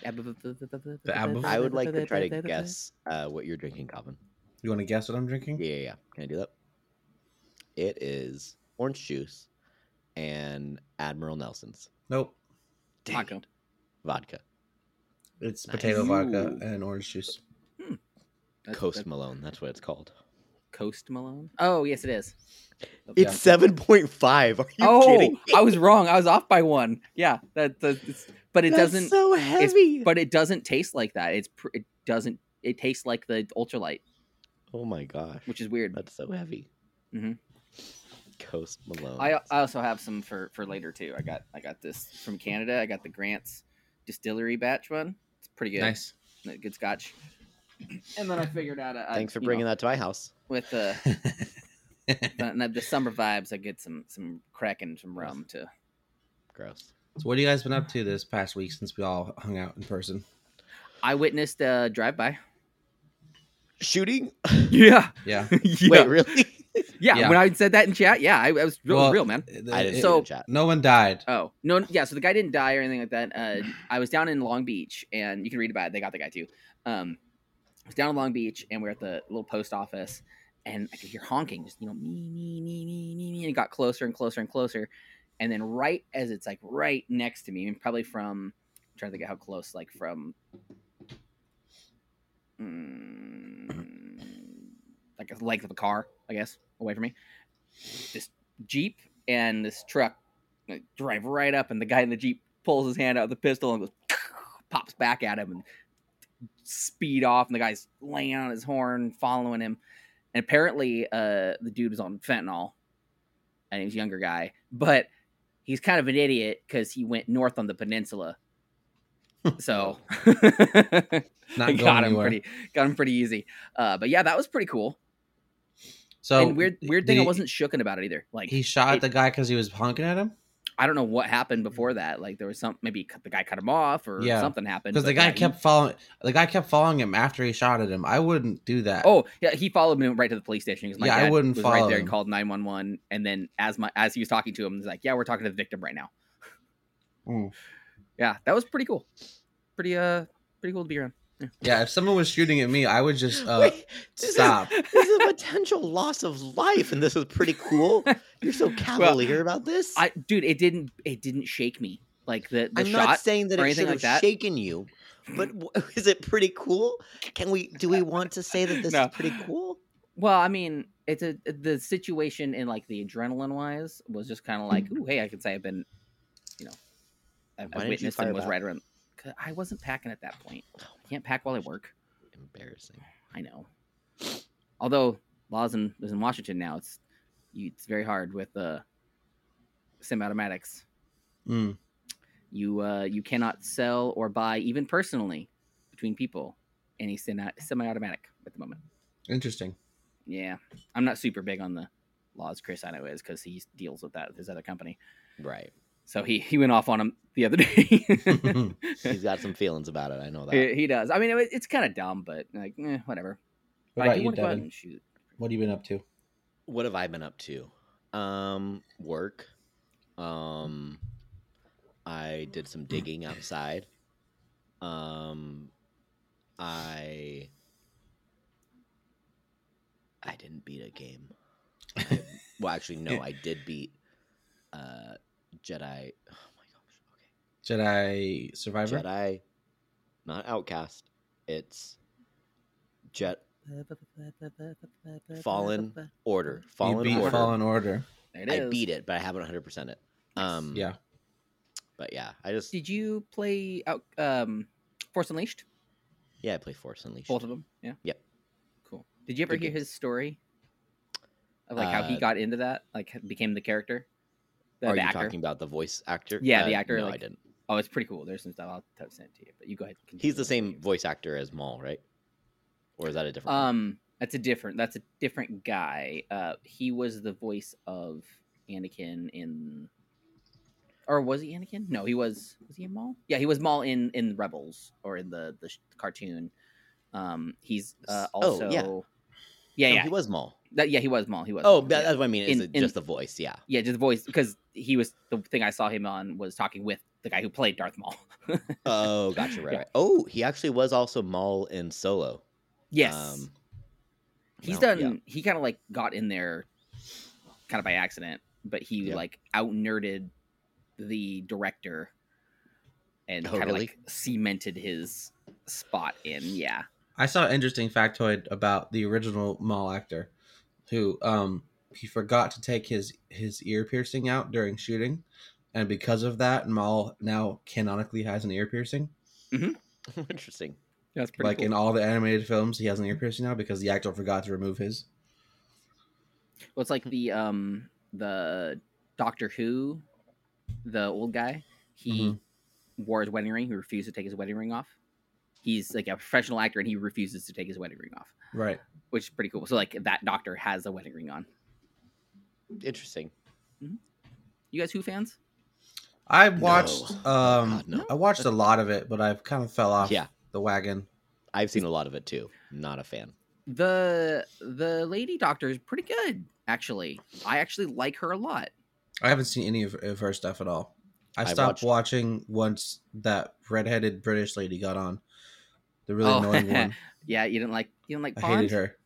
[SPEAKER 2] Abba-
[SPEAKER 3] I would like to try to guess uh, what you're drinking, Calvin.
[SPEAKER 2] You want to guess what I'm drinking?
[SPEAKER 3] Yeah, yeah, yeah. Can I do that? It is orange juice and Admiral Nelson's
[SPEAKER 2] Nope.
[SPEAKER 3] Dang
[SPEAKER 1] Taco.
[SPEAKER 3] it. vodka.
[SPEAKER 2] It's
[SPEAKER 3] Nice.
[SPEAKER 2] potato
[SPEAKER 1] Ooh.
[SPEAKER 2] vodka and orange juice.
[SPEAKER 1] That's-
[SPEAKER 3] Coast
[SPEAKER 1] that's
[SPEAKER 3] Malone. That's what it's called.
[SPEAKER 1] Coast Malone. Oh yes, it is.
[SPEAKER 2] Yeah.
[SPEAKER 3] It's seven point five. Are you
[SPEAKER 1] oh,
[SPEAKER 3] kidding? me?
[SPEAKER 1] I was wrong. I was off by one. Yeah, that, that it's, but it
[SPEAKER 3] That's
[SPEAKER 1] doesn't.
[SPEAKER 3] So
[SPEAKER 1] it's-
[SPEAKER 3] heavy.
[SPEAKER 1] but it doesn't taste like that. It's pr- it doesn't. It tastes like the ultralight,
[SPEAKER 3] oh my gosh,
[SPEAKER 1] which is weird.
[SPEAKER 3] that's so heavy.
[SPEAKER 1] Mhm.
[SPEAKER 3] Coast Malone.
[SPEAKER 1] I uh, I also have some for for later too. I got I got this from Canada. I got the Grants Distillery batch one. It's pretty good.
[SPEAKER 2] Nice.
[SPEAKER 1] Uh, Good Scotch. And then I figured out. uh, I-
[SPEAKER 3] Thanks for
[SPEAKER 1] you
[SPEAKER 3] bringing
[SPEAKER 1] know,
[SPEAKER 3] that to my house.
[SPEAKER 1] with the the, the- the summer vibes. I get some some cracking some rum to
[SPEAKER 3] Gross.
[SPEAKER 2] So, what have you guys been up to this past week since we all hung out in person?
[SPEAKER 1] I witnessed uh, a drive by.
[SPEAKER 3] Shooting?
[SPEAKER 1] Yeah.
[SPEAKER 2] Yeah.
[SPEAKER 1] yeah.
[SPEAKER 3] Wait, really?
[SPEAKER 1] yeah.
[SPEAKER 2] Yeah.
[SPEAKER 1] When I said that in chat, yeah, I, I was real,
[SPEAKER 2] Well,
[SPEAKER 1] real man.
[SPEAKER 3] I didn't
[SPEAKER 2] It-
[SPEAKER 3] see
[SPEAKER 1] So-
[SPEAKER 3] the chat.
[SPEAKER 2] no one died.
[SPEAKER 1] Oh no, n- yeah. So the guy didn't die or anything like that. Uh, I was down in Long Beach, and you can read about it. They got the guy too. Um, I was down in Long Beach, and we were at the little post office, and I could hear honking, just you know, me, me, me, me, me, me, and it got closer and closer and closer, and then right as it's like right next to me, and probably from, I'm trying to think of how close, like from, mm, like a length of a car, I guess, away from me. this jeep and this truck like, drive right up, and the guy in the jeep pulls his hand out with the pistol and goes pops back at him and speed off, and the guy's laying on his horn, following him. And apparently, uh, the dude was on fentanyl, and he was a younger guy, but he's kind of an idiot because he went north on the peninsula. so
[SPEAKER 2] Not
[SPEAKER 1] I
[SPEAKER 2] going
[SPEAKER 1] got him
[SPEAKER 2] anywhere.
[SPEAKER 1] pretty got him pretty easy. Uh, but yeah, that was pretty cool.
[SPEAKER 2] so
[SPEAKER 1] and weird weird thing, I
[SPEAKER 2] the-
[SPEAKER 1] wasn't shooken about it either. Like
[SPEAKER 2] He shot
[SPEAKER 1] it-
[SPEAKER 2] the guy because he was honking at him
[SPEAKER 1] I don't know what happened before that. Like there was some maybe cut- the guy cut him off or
[SPEAKER 2] Mm-hmm. Yeah,
[SPEAKER 1] something happened.
[SPEAKER 2] because the
[SPEAKER 1] but
[SPEAKER 2] guy
[SPEAKER 1] yeah, he-
[SPEAKER 2] kept following. The guy kept following him after he shot at him. I wouldn't do that.
[SPEAKER 1] Oh yeah, he followed me right to the police station because my
[SPEAKER 2] Yeah, I
[SPEAKER 1] dad
[SPEAKER 2] wouldn't
[SPEAKER 1] was right
[SPEAKER 2] follow
[SPEAKER 1] there
[SPEAKER 2] him.
[SPEAKER 1] and called nine one one. And then as my as he was talking to him, he's like, "Yeah, we're talking to the victim right now."
[SPEAKER 2] Mm.
[SPEAKER 1] Yeah, that was pretty cool. Pretty uh, pretty cool to be around.
[SPEAKER 2] yeah. If someone was shooting at me, I would just uh,
[SPEAKER 3] Wait, this is-
[SPEAKER 2] stop.
[SPEAKER 3] this is a potential loss of life, and this is pretty cool. You're so cavalier about this.
[SPEAKER 1] I dude, it didn't it didn't shake me like the the
[SPEAKER 3] am
[SPEAKER 1] shot.
[SPEAKER 3] not saying that
[SPEAKER 1] or
[SPEAKER 3] it
[SPEAKER 1] anything
[SPEAKER 3] should have
[SPEAKER 1] like that?
[SPEAKER 3] shaken you, but w- is it pretty cool? Can we? Do we want to say that this
[SPEAKER 1] No.
[SPEAKER 3] is pretty cool?
[SPEAKER 1] Well, I mean, it's a the situation in like the adrenaline wise was just kind of like, ooh, hey, I can say I've been, you know, I,
[SPEAKER 3] Mm. Why didn't
[SPEAKER 1] I
[SPEAKER 3] you
[SPEAKER 1] witnessed and
[SPEAKER 3] fire Oh
[SPEAKER 1] was
[SPEAKER 3] back?
[SPEAKER 1] right around. 'cause I wasn't packing at that point. I can't pack while I work.
[SPEAKER 3] Embarrassing.
[SPEAKER 1] I know. Although laws in is in Washington now, it's you, it's very hard with uh, semi-automatics.
[SPEAKER 2] Mm.
[SPEAKER 1] You uh, you cannot sell or buy even personally between people any semi semi-automatic at the moment.
[SPEAKER 2] Interesting.
[SPEAKER 1] Yeah, I'm not super big on the laws. Chris I know is because he deals with that with his other company.
[SPEAKER 3] Right.
[SPEAKER 1] So he he went off on him the other day.
[SPEAKER 3] He's got some feelings about it. I know that.
[SPEAKER 1] he, he does. I mean, it, it's kind of dumb, but like eh, whatever. But I
[SPEAKER 2] What about
[SPEAKER 1] do
[SPEAKER 2] you,
[SPEAKER 1] want to go out
[SPEAKER 2] Devin?
[SPEAKER 1] and shoot.
[SPEAKER 2] What have you been up to?
[SPEAKER 3] what have I been up to? Um, work. Um, I did some digging outside. Um, I I didn't beat a game. I- well, actually, no, I did beat uh, Jedi. Oh my
[SPEAKER 2] Jedi
[SPEAKER 3] gosh!
[SPEAKER 2] Survivor.
[SPEAKER 3] Okay, Jedi, not Outcast. It's Jet Fallen Order. Fallen
[SPEAKER 2] you beat
[SPEAKER 3] Order.
[SPEAKER 2] Fallen Order.
[SPEAKER 1] There it
[SPEAKER 3] I
[SPEAKER 1] is.
[SPEAKER 3] beat it, but I haven't 100 percent it.
[SPEAKER 1] Hmm.
[SPEAKER 3] Um,
[SPEAKER 2] Yeah.
[SPEAKER 3] but yeah, I just
[SPEAKER 1] Did you play out um Force Unleashed?
[SPEAKER 3] yeah, I play Force Unleashed.
[SPEAKER 1] Both of them. Yeah.
[SPEAKER 3] Yep.
[SPEAKER 1] Cool. Did you ever
[SPEAKER 3] Good
[SPEAKER 1] hear
[SPEAKER 3] games.
[SPEAKER 1] his story of like how he
[SPEAKER 3] Uh,
[SPEAKER 1] got into that? Like became the character. The,
[SPEAKER 3] Are
[SPEAKER 1] the
[SPEAKER 3] you
[SPEAKER 1] actor?
[SPEAKER 3] talking about the voice actor? Uh,
[SPEAKER 1] Yeah, the actor,
[SPEAKER 3] No, I
[SPEAKER 1] like-
[SPEAKER 3] didn't.
[SPEAKER 1] Oh, it's pretty cool. There's some stuff I'll t- send it to you, but you go ahead. and continue
[SPEAKER 3] He's the
[SPEAKER 1] with what
[SPEAKER 3] same
[SPEAKER 1] you-
[SPEAKER 3] voice actor as Maul, right? Or is that a different? one?
[SPEAKER 1] Um, that's a different. That's a different guy. Uh, he was the voice of Anakin in, or was he Anakin? No, he was. Was he in Maul? Yeah, he was Maul in in Rebels or in the the sh- cartoon. Um, he's uh,
[SPEAKER 3] S- oh,
[SPEAKER 1] also.
[SPEAKER 3] yeah.
[SPEAKER 1] yeah,
[SPEAKER 3] No,
[SPEAKER 1] yeah,
[SPEAKER 3] he was Maul.
[SPEAKER 1] That- yeah, he was Maul. He was.
[SPEAKER 3] Oh,
[SPEAKER 1] Maul,
[SPEAKER 3] that-
[SPEAKER 1] yeah.
[SPEAKER 3] that's what I mean. Is
[SPEAKER 1] In-
[SPEAKER 3] it
[SPEAKER 1] in-
[SPEAKER 3] just the voice? Yeah.
[SPEAKER 1] yeah, just the voice because he was the thing I saw him on was talking with the guy who played Darth Maul.
[SPEAKER 3] Oh, gotcha. Right,
[SPEAKER 1] Yeah.
[SPEAKER 3] right. Oh, he actually was also Maul in Solo.
[SPEAKER 1] yes.
[SPEAKER 3] Um,
[SPEAKER 1] he's
[SPEAKER 3] no, yeah.
[SPEAKER 1] done he kind of like got in there kind of by accident but he
[SPEAKER 3] Yeah.
[SPEAKER 1] like out nerded the director and
[SPEAKER 3] Oh,
[SPEAKER 1] kind of
[SPEAKER 3] really?
[SPEAKER 1] like cemented his spot in yeah
[SPEAKER 2] I saw an interesting factoid about the original Maul actor, who um he forgot to take his his ear piercing out during shooting, and because of that, Maul now canonically has an ear piercing.
[SPEAKER 3] Interesting.
[SPEAKER 1] that's
[SPEAKER 2] like in all the animated films, he has an ear piercing now because the actor forgot to remove his.
[SPEAKER 1] well, it's like the um the doctor who the old guy he wore his wedding ring he refused to take his wedding ring off he's like a professional actor and he refuses to take his wedding ring off
[SPEAKER 2] Right.
[SPEAKER 1] which is pretty cool so like that doctor has a wedding ring on
[SPEAKER 3] Interesting.
[SPEAKER 1] you guys who fans
[SPEAKER 2] I watched
[SPEAKER 3] No.
[SPEAKER 2] um
[SPEAKER 3] God, no.
[SPEAKER 2] I watched a lot of it, but I've kind of fell off
[SPEAKER 3] Yeah,
[SPEAKER 2] the wagon.
[SPEAKER 3] I've seen a lot of it too. Not a fan.
[SPEAKER 1] the the lady doctor is pretty good actually i actually like her a lot
[SPEAKER 2] I haven't seen any of, of her stuff at all. I
[SPEAKER 3] I
[SPEAKER 2] stopped
[SPEAKER 3] watched-
[SPEAKER 2] watching once that redheaded British lady got on. The really
[SPEAKER 1] Oh.
[SPEAKER 2] annoying one.
[SPEAKER 1] yeah you didn't like you didn't like
[SPEAKER 2] I
[SPEAKER 1] pond
[SPEAKER 2] hated her.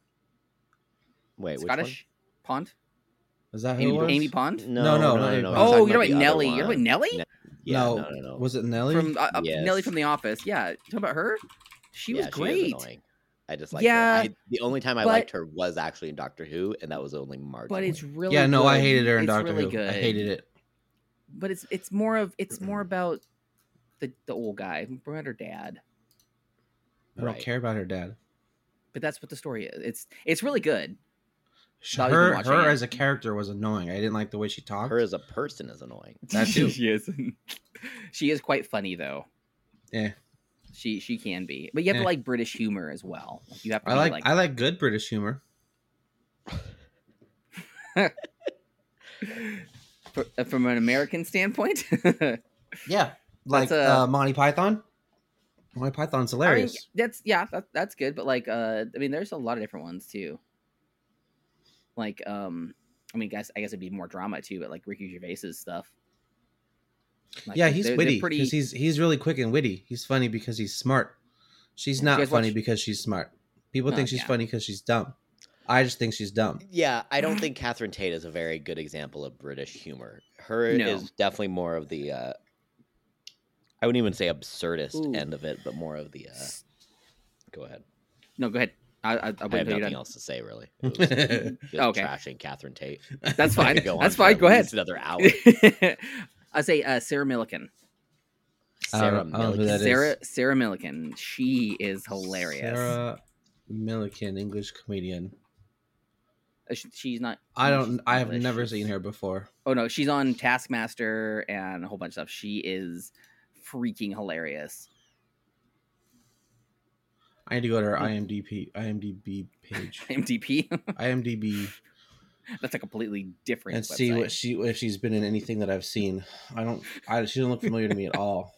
[SPEAKER 3] Wait, which
[SPEAKER 1] scottish pond
[SPEAKER 2] Was that who it
[SPEAKER 1] amy,
[SPEAKER 2] was?
[SPEAKER 1] amy pond
[SPEAKER 3] one? No,
[SPEAKER 2] No, no,
[SPEAKER 3] no, no.
[SPEAKER 2] not
[SPEAKER 3] no,
[SPEAKER 2] Amy
[SPEAKER 3] no,
[SPEAKER 2] Pond.
[SPEAKER 3] I'm talking
[SPEAKER 1] oh you're
[SPEAKER 3] about
[SPEAKER 1] about
[SPEAKER 3] the other
[SPEAKER 1] nelly you're
[SPEAKER 3] one.
[SPEAKER 1] about nelly
[SPEAKER 3] Ne- Yeah, no, no, no.
[SPEAKER 2] Was it Nelly?
[SPEAKER 1] from uh, uh,
[SPEAKER 3] Yes.
[SPEAKER 1] nelly from the office yeah talking about her she
[SPEAKER 3] Yeah,
[SPEAKER 1] was
[SPEAKER 3] is
[SPEAKER 1] great
[SPEAKER 3] annoying. I just like
[SPEAKER 1] Yeah,
[SPEAKER 3] her. I, the only time I
[SPEAKER 1] but-
[SPEAKER 3] liked her was actually in Doctor Who, and that was only marginally.
[SPEAKER 1] but it's really
[SPEAKER 2] yeah, no, I
[SPEAKER 1] good.
[SPEAKER 2] hated her in
[SPEAKER 1] It's
[SPEAKER 2] Doctor
[SPEAKER 1] really
[SPEAKER 2] Who.
[SPEAKER 1] Good.
[SPEAKER 2] I hated it.
[SPEAKER 1] but it's it's more of it's more about the the old guy, about her dad.
[SPEAKER 2] I don't
[SPEAKER 3] Right.
[SPEAKER 2] care about her dad.
[SPEAKER 1] But that's what the story is. It's it's really good.
[SPEAKER 2] Sh-
[SPEAKER 1] Thought you've been
[SPEAKER 2] Her,
[SPEAKER 1] watching
[SPEAKER 2] her
[SPEAKER 1] it.
[SPEAKER 2] as a character was annoying. I didn't like the way she talked.
[SPEAKER 3] her as a person is annoying.
[SPEAKER 2] That too.
[SPEAKER 1] she is. she is quite funny though.
[SPEAKER 2] Yeah.
[SPEAKER 1] She she can be, but you have
[SPEAKER 2] Yeah.
[SPEAKER 1] to like British humor as well. Like, you have to
[SPEAKER 2] I
[SPEAKER 1] be
[SPEAKER 2] like,
[SPEAKER 1] like
[SPEAKER 2] I like good British humor.
[SPEAKER 1] Fr- uh, from an American standpoint.
[SPEAKER 2] Yeah, like
[SPEAKER 1] That's a-
[SPEAKER 2] uh, Monty Python. Monty Python's
[SPEAKER 1] I mean,
[SPEAKER 2] hilarious.
[SPEAKER 1] that's yeah, that, that's good. But like, uh, I mean, there's a lot of different ones too. Like, um, I mean, guys, I guess it'd be more drama too. But like Ricky Gervais's stuff. Like,
[SPEAKER 2] yeah, he's
[SPEAKER 1] they're- they're
[SPEAKER 2] witty. 'cause
[SPEAKER 1] pretty-
[SPEAKER 2] he's he's really quick and witty. He's funny because he's smart. She's
[SPEAKER 1] Yeah. You
[SPEAKER 2] not
[SPEAKER 1] guys
[SPEAKER 2] funny
[SPEAKER 1] watch-
[SPEAKER 2] because she's smart. People
[SPEAKER 1] Oh,
[SPEAKER 2] think she's
[SPEAKER 1] yeah.
[SPEAKER 2] funny because she's dumb. I just think she's dumb.
[SPEAKER 3] Yeah, I don't think Catherine Tate is a very good example of British humor. Her
[SPEAKER 1] No.
[SPEAKER 3] is definitely more of the. Uh, I wouldn't even say absurdist
[SPEAKER 1] Ooh.
[SPEAKER 3] end of it, but more of the. Uh, go ahead.
[SPEAKER 1] no, go ahead. I, I, I,
[SPEAKER 3] I have
[SPEAKER 1] you
[SPEAKER 3] nothing
[SPEAKER 1] done.
[SPEAKER 3] else to say really. It was just
[SPEAKER 1] Okay.
[SPEAKER 3] trashing Catherine Tate.
[SPEAKER 1] That's
[SPEAKER 3] I
[SPEAKER 1] fine.
[SPEAKER 3] could go on
[SPEAKER 1] That's
[SPEAKER 3] for
[SPEAKER 1] fine.
[SPEAKER 3] at
[SPEAKER 1] Go ahead.
[SPEAKER 3] least Another hour.
[SPEAKER 1] I say uh, Sarah Milliken.
[SPEAKER 3] Sarah
[SPEAKER 2] don't- I don't know Oh, who
[SPEAKER 3] Millican.
[SPEAKER 2] That is-
[SPEAKER 1] Sarah Sarah Milliken. She is hilarious.
[SPEAKER 2] Sarah Millican, English comedian.
[SPEAKER 1] Uh, sh- She's not.
[SPEAKER 2] I
[SPEAKER 1] no, she's
[SPEAKER 2] don't. I have
[SPEAKER 1] English.
[SPEAKER 2] never
[SPEAKER 1] She's-
[SPEAKER 2] seen her before.
[SPEAKER 1] Oh no, she's on Taskmaster and a whole bunch of stuff. She is freaking hilarious.
[SPEAKER 2] I need to go to her IMDb IMDb page.
[SPEAKER 1] MDP.
[SPEAKER 2] IMDb
[SPEAKER 1] That's a completely different.
[SPEAKER 2] and see what
[SPEAKER 1] website.
[SPEAKER 2] she if she's been in anything that I've seen. I don't. I, she doesn't look familiar to me at all.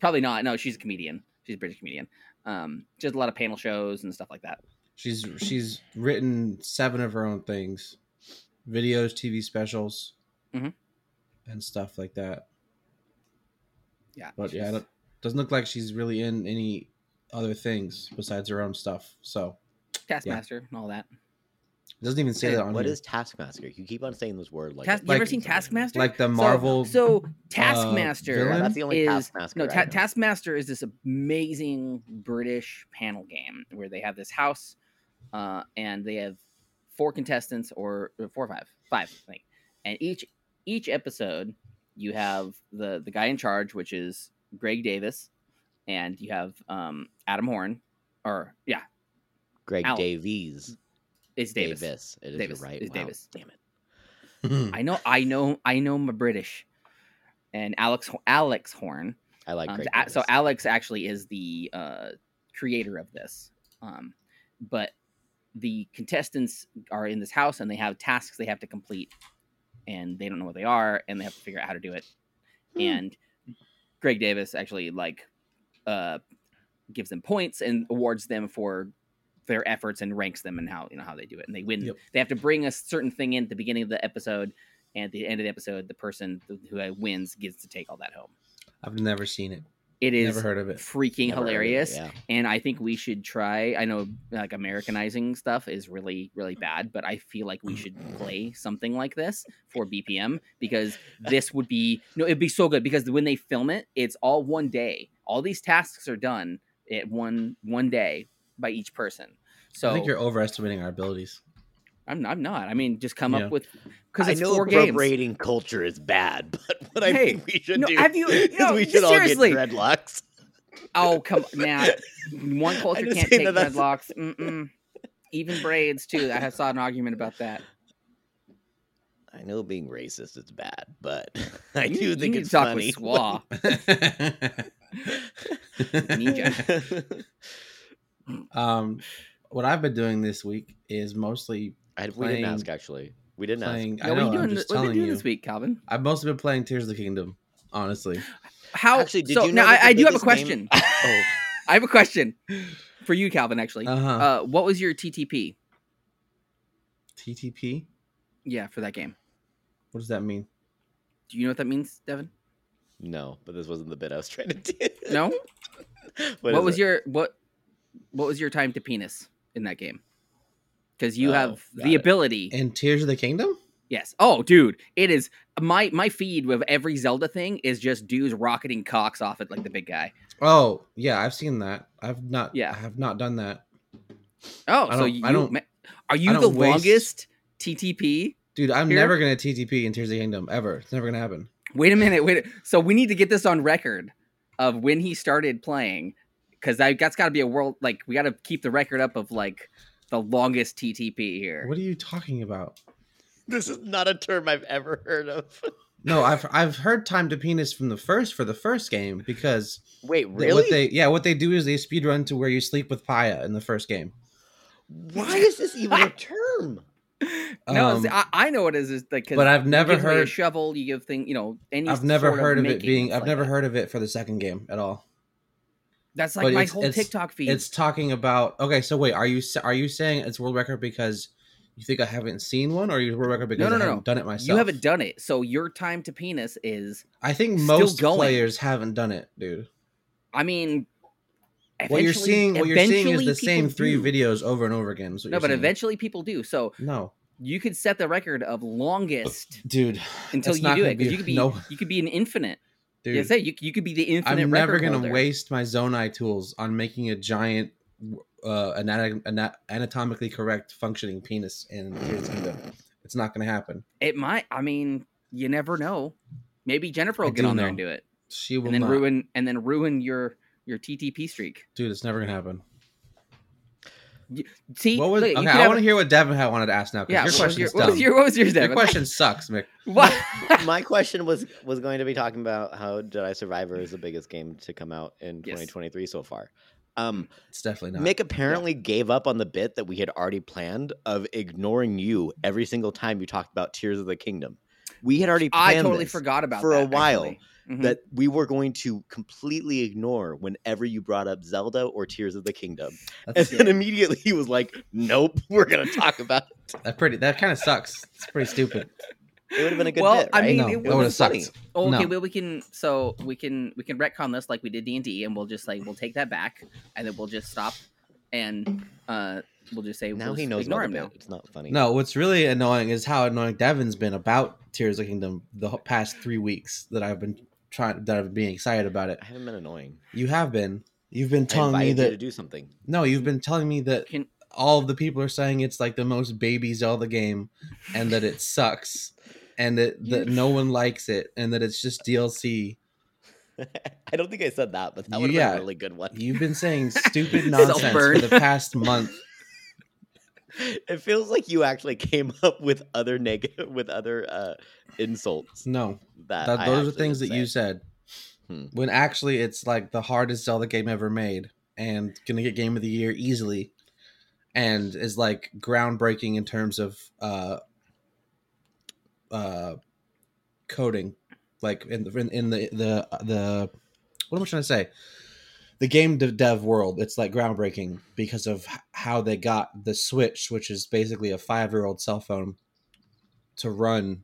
[SPEAKER 1] Probably not. No, she's a comedian. She's a British comedian. Um, she does a lot of panel shows and stuff like that.
[SPEAKER 2] She's she's written seven of her own things, videos, TV specials,
[SPEAKER 1] Mhm.
[SPEAKER 2] and stuff like that.
[SPEAKER 1] Yeah,
[SPEAKER 2] But yeah, I
[SPEAKER 1] she's-
[SPEAKER 2] don't, doesn't look like she's really in any other things besides her own stuff. So
[SPEAKER 1] Taskmaster and all that.
[SPEAKER 2] it doesn't even say
[SPEAKER 3] Hey,
[SPEAKER 2] that on
[SPEAKER 3] what
[SPEAKER 2] here.
[SPEAKER 3] is Taskmaster? You keep on saying this word like
[SPEAKER 1] Tas-
[SPEAKER 3] it
[SPEAKER 1] you ever
[SPEAKER 2] like-
[SPEAKER 1] seen
[SPEAKER 3] means something.
[SPEAKER 1] Taskmaster?
[SPEAKER 2] like the
[SPEAKER 1] So-
[SPEAKER 2] Marvel? uh,
[SPEAKER 1] So, Taskmaster.
[SPEAKER 2] villain?
[SPEAKER 3] Yeah, that's the only
[SPEAKER 1] is-
[SPEAKER 3] Taskmaster.
[SPEAKER 1] No,
[SPEAKER 3] I
[SPEAKER 1] ta-
[SPEAKER 3] know.
[SPEAKER 1] Taskmaster is this amazing British panel game where they have this house, uh, and they have four contestants or, or four or five, five, I think. And each each episode, you have the the guy in charge, which is Greg Davis, and you have um, Adam Horn, or yeah,
[SPEAKER 3] Greg
[SPEAKER 1] Al-
[SPEAKER 3] Davies.
[SPEAKER 1] it's Davis.
[SPEAKER 3] Davis. It is
[SPEAKER 1] Davis.
[SPEAKER 3] You're right.
[SPEAKER 1] It's
[SPEAKER 3] Wow.
[SPEAKER 1] Davis.
[SPEAKER 3] Damn it.
[SPEAKER 1] I know, I know, I know my British, and Alex Alex Horn.
[SPEAKER 3] I like
[SPEAKER 1] Um,
[SPEAKER 3] Greg.
[SPEAKER 1] so, A- so
[SPEAKER 3] Davies.
[SPEAKER 1] Alex actually is the uh, creator of this, um, but the contestants are in this house and they have tasks they have to complete, and they don't know what they are, and they have to figure out how to do it.
[SPEAKER 3] Hmm.
[SPEAKER 1] And Greg Davis actually like uh, gives them points and awards them for their efforts and ranks them and how you know how they do it, and they win.
[SPEAKER 2] Yep.
[SPEAKER 1] They have to bring a certain thing in at the beginning of the episode. And at the end of the episode, the person who wins gets to take all that home.
[SPEAKER 2] I've never seen it.
[SPEAKER 1] It is
[SPEAKER 2] Never heard of it.
[SPEAKER 1] freaking
[SPEAKER 3] Never heard of it,
[SPEAKER 1] hilarious
[SPEAKER 3] Yeah.
[SPEAKER 1] and i think we should try i know like americanizing stuff is really really bad but i feel like we should play something like this for bpm because this would be no it'd be so good because when they film it it's all one day all these tasks are done at one one day by each person
[SPEAKER 2] I
[SPEAKER 1] so
[SPEAKER 2] think you're overestimating our abilities.
[SPEAKER 1] I'm, I'm not i mean just come
[SPEAKER 2] Yeah.
[SPEAKER 1] up with because
[SPEAKER 3] I
[SPEAKER 1] it's
[SPEAKER 3] know
[SPEAKER 1] four games
[SPEAKER 3] appropriating culture is bad, but what I
[SPEAKER 1] Hey,
[SPEAKER 3] think we should
[SPEAKER 1] no,
[SPEAKER 3] do
[SPEAKER 1] have you-
[SPEAKER 3] is
[SPEAKER 1] no,
[SPEAKER 3] we should all get
[SPEAKER 1] seriously.
[SPEAKER 3] dreadlocks.
[SPEAKER 1] Oh come now, one
[SPEAKER 3] I
[SPEAKER 1] culture
[SPEAKER 3] just
[SPEAKER 1] can't
[SPEAKER 3] think
[SPEAKER 1] take
[SPEAKER 3] that that's-
[SPEAKER 1] dreadlocks. Mm-mm. Even braids too. I saw an argument about that.
[SPEAKER 3] I know being racist is bad, but I
[SPEAKER 1] You-
[SPEAKER 3] do
[SPEAKER 1] you
[SPEAKER 3] think
[SPEAKER 1] need
[SPEAKER 3] it's
[SPEAKER 1] to talk
[SPEAKER 3] funny.
[SPEAKER 1] with Swa.
[SPEAKER 3] Ninja.
[SPEAKER 2] um, what I've been doing this week is mostly
[SPEAKER 3] I, we didn't
[SPEAKER 2] Playing-
[SPEAKER 3] ask actually. We didn't ask.
[SPEAKER 2] playing.
[SPEAKER 1] No,
[SPEAKER 2] I know.
[SPEAKER 1] what are you
[SPEAKER 2] I'm
[SPEAKER 1] doing?
[SPEAKER 2] just
[SPEAKER 1] what have you
[SPEAKER 2] telling
[SPEAKER 1] doing
[SPEAKER 2] you.
[SPEAKER 1] this week, Calvin?
[SPEAKER 2] I've mostly been playing Tears of the Kingdom. Honestly,
[SPEAKER 1] How?
[SPEAKER 3] Actually, did
[SPEAKER 1] so,
[SPEAKER 3] you
[SPEAKER 1] now
[SPEAKER 3] know that
[SPEAKER 1] I,
[SPEAKER 3] the
[SPEAKER 1] I do have a
[SPEAKER 3] biggest
[SPEAKER 1] question.
[SPEAKER 3] game- Oh,
[SPEAKER 1] I have a question for you, Calvin. Actually,
[SPEAKER 2] uh huh.
[SPEAKER 1] uh, what was your TTP?
[SPEAKER 2] TTP.
[SPEAKER 1] Yeah, for that game.
[SPEAKER 2] What does that mean?
[SPEAKER 1] Do you know what that means, Devin?
[SPEAKER 3] no, but this wasn't the bit I was trying to do.
[SPEAKER 1] No.
[SPEAKER 3] Uh, What,
[SPEAKER 1] what
[SPEAKER 3] is
[SPEAKER 1] was
[SPEAKER 3] it?
[SPEAKER 1] your what? What was your time to penis in that game? Because you
[SPEAKER 3] Oh,
[SPEAKER 1] have
[SPEAKER 3] got
[SPEAKER 1] the
[SPEAKER 3] it.
[SPEAKER 1] ability.
[SPEAKER 2] And Tears of the Kingdom?
[SPEAKER 1] Yes. Oh, dude, it is my my feed with every Zelda thing is just dudes rocketing cocks off at like the big guy.
[SPEAKER 2] Oh yeah, I've seen that. I've not.
[SPEAKER 1] Yeah.
[SPEAKER 2] I have not done that.
[SPEAKER 1] Oh,
[SPEAKER 2] I
[SPEAKER 1] so
[SPEAKER 2] don't-
[SPEAKER 1] you
[SPEAKER 2] I don't-
[SPEAKER 1] ma- are you
[SPEAKER 2] don't
[SPEAKER 1] the
[SPEAKER 2] waste-
[SPEAKER 1] longest TTP?
[SPEAKER 2] Dude, I'm
[SPEAKER 1] Here?
[SPEAKER 2] never gonna TTP in Tears of the Kingdom ever. It's never gonna happen.
[SPEAKER 1] Wait a minute, wait. A, so we need to get this on record of when he started playing, because that's got to be a world. Like we got to keep the record up of like the longest TTP here.
[SPEAKER 2] What are you talking about?
[SPEAKER 3] This is not a term I've ever heard of.
[SPEAKER 2] No, I've I've heard time to penis from the first for the first game because
[SPEAKER 3] Wait,
[SPEAKER 2] th-
[SPEAKER 3] really?
[SPEAKER 2] what they yeah what they do is they speed run to where you sleep with Paya in the first game.
[SPEAKER 3] Why is this even a term?
[SPEAKER 1] no,
[SPEAKER 2] Um,
[SPEAKER 1] see, I, I know what it is. Is like, 'cause
[SPEAKER 2] But I've
[SPEAKER 1] you
[SPEAKER 2] never
[SPEAKER 1] give away a
[SPEAKER 2] heard
[SPEAKER 1] shovel. You give thing. You know, any.
[SPEAKER 2] I've never
[SPEAKER 1] sort
[SPEAKER 2] heard of it
[SPEAKER 1] making,
[SPEAKER 2] being
[SPEAKER 1] it's
[SPEAKER 2] I've
[SPEAKER 1] like
[SPEAKER 2] never
[SPEAKER 1] that.
[SPEAKER 2] heard of it for the second game at all.
[SPEAKER 1] That's like
[SPEAKER 2] but
[SPEAKER 1] my
[SPEAKER 2] it's-
[SPEAKER 1] whole
[SPEAKER 2] it's-
[SPEAKER 1] TikTok feed.
[SPEAKER 2] It's talking about okay. So wait, are you s- are you saying it's world record because you think I haven't seen one, or you world record because
[SPEAKER 1] no,
[SPEAKER 2] I
[SPEAKER 1] no,
[SPEAKER 2] haven't
[SPEAKER 1] no.
[SPEAKER 2] done it myself?
[SPEAKER 1] you haven't done it, so your time to penis is.
[SPEAKER 2] I think
[SPEAKER 1] still
[SPEAKER 2] most
[SPEAKER 1] going.
[SPEAKER 2] players haven't done it, dude.
[SPEAKER 1] I mean,
[SPEAKER 2] What you're
[SPEAKER 1] eventually-
[SPEAKER 2] seeing, what you're seeing is
[SPEAKER 1] eventually
[SPEAKER 2] the same
[SPEAKER 1] people
[SPEAKER 2] three
[SPEAKER 1] do.
[SPEAKER 2] videos over and over again. is what
[SPEAKER 1] No,
[SPEAKER 2] you're
[SPEAKER 1] but
[SPEAKER 2] saying.
[SPEAKER 1] eventually people do. So
[SPEAKER 2] no,
[SPEAKER 1] you could set the record of longest
[SPEAKER 2] dude.
[SPEAKER 1] until
[SPEAKER 2] it's
[SPEAKER 1] you
[SPEAKER 2] not
[SPEAKER 1] do
[SPEAKER 2] gonna
[SPEAKER 1] it because you could be
[SPEAKER 2] no,
[SPEAKER 1] you could be an infinite.
[SPEAKER 2] dude.
[SPEAKER 1] Yeah, say you, you could be the infinite.
[SPEAKER 2] I'm never
[SPEAKER 1] record
[SPEAKER 2] gonna
[SPEAKER 1] holder.
[SPEAKER 2] waste my Zonai tools on making a giant, uh, anat- anat- anatomically correct functioning penis in Tears of the Kingdom. It's not gonna happen.
[SPEAKER 1] It might. I mean, you never know. Maybe Jennifer will
[SPEAKER 2] I
[SPEAKER 1] get
[SPEAKER 2] do
[SPEAKER 1] on there
[SPEAKER 2] know.
[SPEAKER 1] and do it,
[SPEAKER 2] She will
[SPEAKER 1] and then
[SPEAKER 2] not,
[SPEAKER 1] ruin and then ruin your your TTP streak.
[SPEAKER 2] dude. It's never gonna happen.
[SPEAKER 1] See,
[SPEAKER 2] What was?
[SPEAKER 1] look, you
[SPEAKER 2] okay,
[SPEAKER 1] could
[SPEAKER 2] I
[SPEAKER 1] have-
[SPEAKER 2] want to hear what Devin had wanted to ask now.
[SPEAKER 1] Yeah, what
[SPEAKER 2] because your
[SPEAKER 1] was your
[SPEAKER 2] question's
[SPEAKER 1] what was
[SPEAKER 2] dumb.
[SPEAKER 1] your what was yours,
[SPEAKER 2] Your
[SPEAKER 1] Devin?
[SPEAKER 2] question sucks, Mick.
[SPEAKER 1] What?
[SPEAKER 3] My question was was going to be talking about how Jedi Survivor is the biggest game to come out in
[SPEAKER 1] Yes.
[SPEAKER 3] 2023 so far. Um,
[SPEAKER 2] It's definitely not.
[SPEAKER 3] Mick apparently gave up on the bit that we had already planned of ignoring you every single time you talked about Tears of the Kingdom. We had already planned
[SPEAKER 1] I totally
[SPEAKER 3] this,
[SPEAKER 1] forgot about
[SPEAKER 3] for a
[SPEAKER 1] that,
[SPEAKER 3] while,
[SPEAKER 1] actually. Mhm.
[SPEAKER 3] that we were going to completely ignore whenever you brought up Zelda or Tears of the Kingdom. And
[SPEAKER 2] That's,
[SPEAKER 3] then immediately he was like, "Nope, we're going to talk about it."
[SPEAKER 2] that pretty. That kind of sucks. It's pretty stupid.
[SPEAKER 3] It would have been a good
[SPEAKER 1] Well,
[SPEAKER 3] bit,
[SPEAKER 1] I
[SPEAKER 3] right?
[SPEAKER 1] mean,
[SPEAKER 2] no,
[SPEAKER 1] it
[SPEAKER 2] that
[SPEAKER 1] was
[SPEAKER 2] would have
[SPEAKER 3] funny.
[SPEAKER 2] sucked.
[SPEAKER 1] Oh, okay,
[SPEAKER 2] No.
[SPEAKER 1] well we can so we can we can retcon this like we did D and D, and we'll just like we'll take that back, and then we'll just stop, and uh we'll just say
[SPEAKER 3] now
[SPEAKER 1] we'll
[SPEAKER 3] he
[SPEAKER 1] just
[SPEAKER 3] knows
[SPEAKER 1] ignore
[SPEAKER 3] about
[SPEAKER 1] him
[SPEAKER 3] the
[SPEAKER 1] now.
[SPEAKER 3] bit. It's not funny.
[SPEAKER 2] No, what's really annoying is how annoying Devin's been about Tears of the Kingdom the whole- past three weeks that I've been trying that I've been being excited about it.
[SPEAKER 3] I haven't been annoying.
[SPEAKER 2] You have been. You've been
[SPEAKER 3] I
[SPEAKER 2] telling me
[SPEAKER 3] invited you to
[SPEAKER 2] that.
[SPEAKER 3] do something.
[SPEAKER 2] No, you've been telling me that
[SPEAKER 1] Can-
[SPEAKER 2] all of the people are saying it's like the most baby Zelda game, and that it sucks, and that, that no one likes it, and that it's just DLC.
[SPEAKER 3] I don't think I said that, but that
[SPEAKER 2] You-
[SPEAKER 3] would have
[SPEAKER 2] yeah.
[SPEAKER 3] been a really good one.
[SPEAKER 2] You've been saying stupid nonsense for
[SPEAKER 1] Self-burn.
[SPEAKER 2] the past month.
[SPEAKER 3] it feels like you actually came up with other negative, with other uh, insults.
[SPEAKER 2] No,
[SPEAKER 3] That,
[SPEAKER 2] that,
[SPEAKER 3] I
[SPEAKER 2] those are
[SPEAKER 3] actually
[SPEAKER 2] things that
[SPEAKER 3] didn't
[SPEAKER 2] you
[SPEAKER 3] say.
[SPEAKER 2] said.
[SPEAKER 3] Hmm.
[SPEAKER 2] When actually, it's like the hardest Zelda game ever made, and gonna get Game of the Year easily, and is like groundbreaking in terms of uh, uh, coding, like in the in, in the the the what am I trying to say? The game dev, dev world, it's like groundbreaking because of h- how they got the Switch, which is basically a five year old cell phone, to run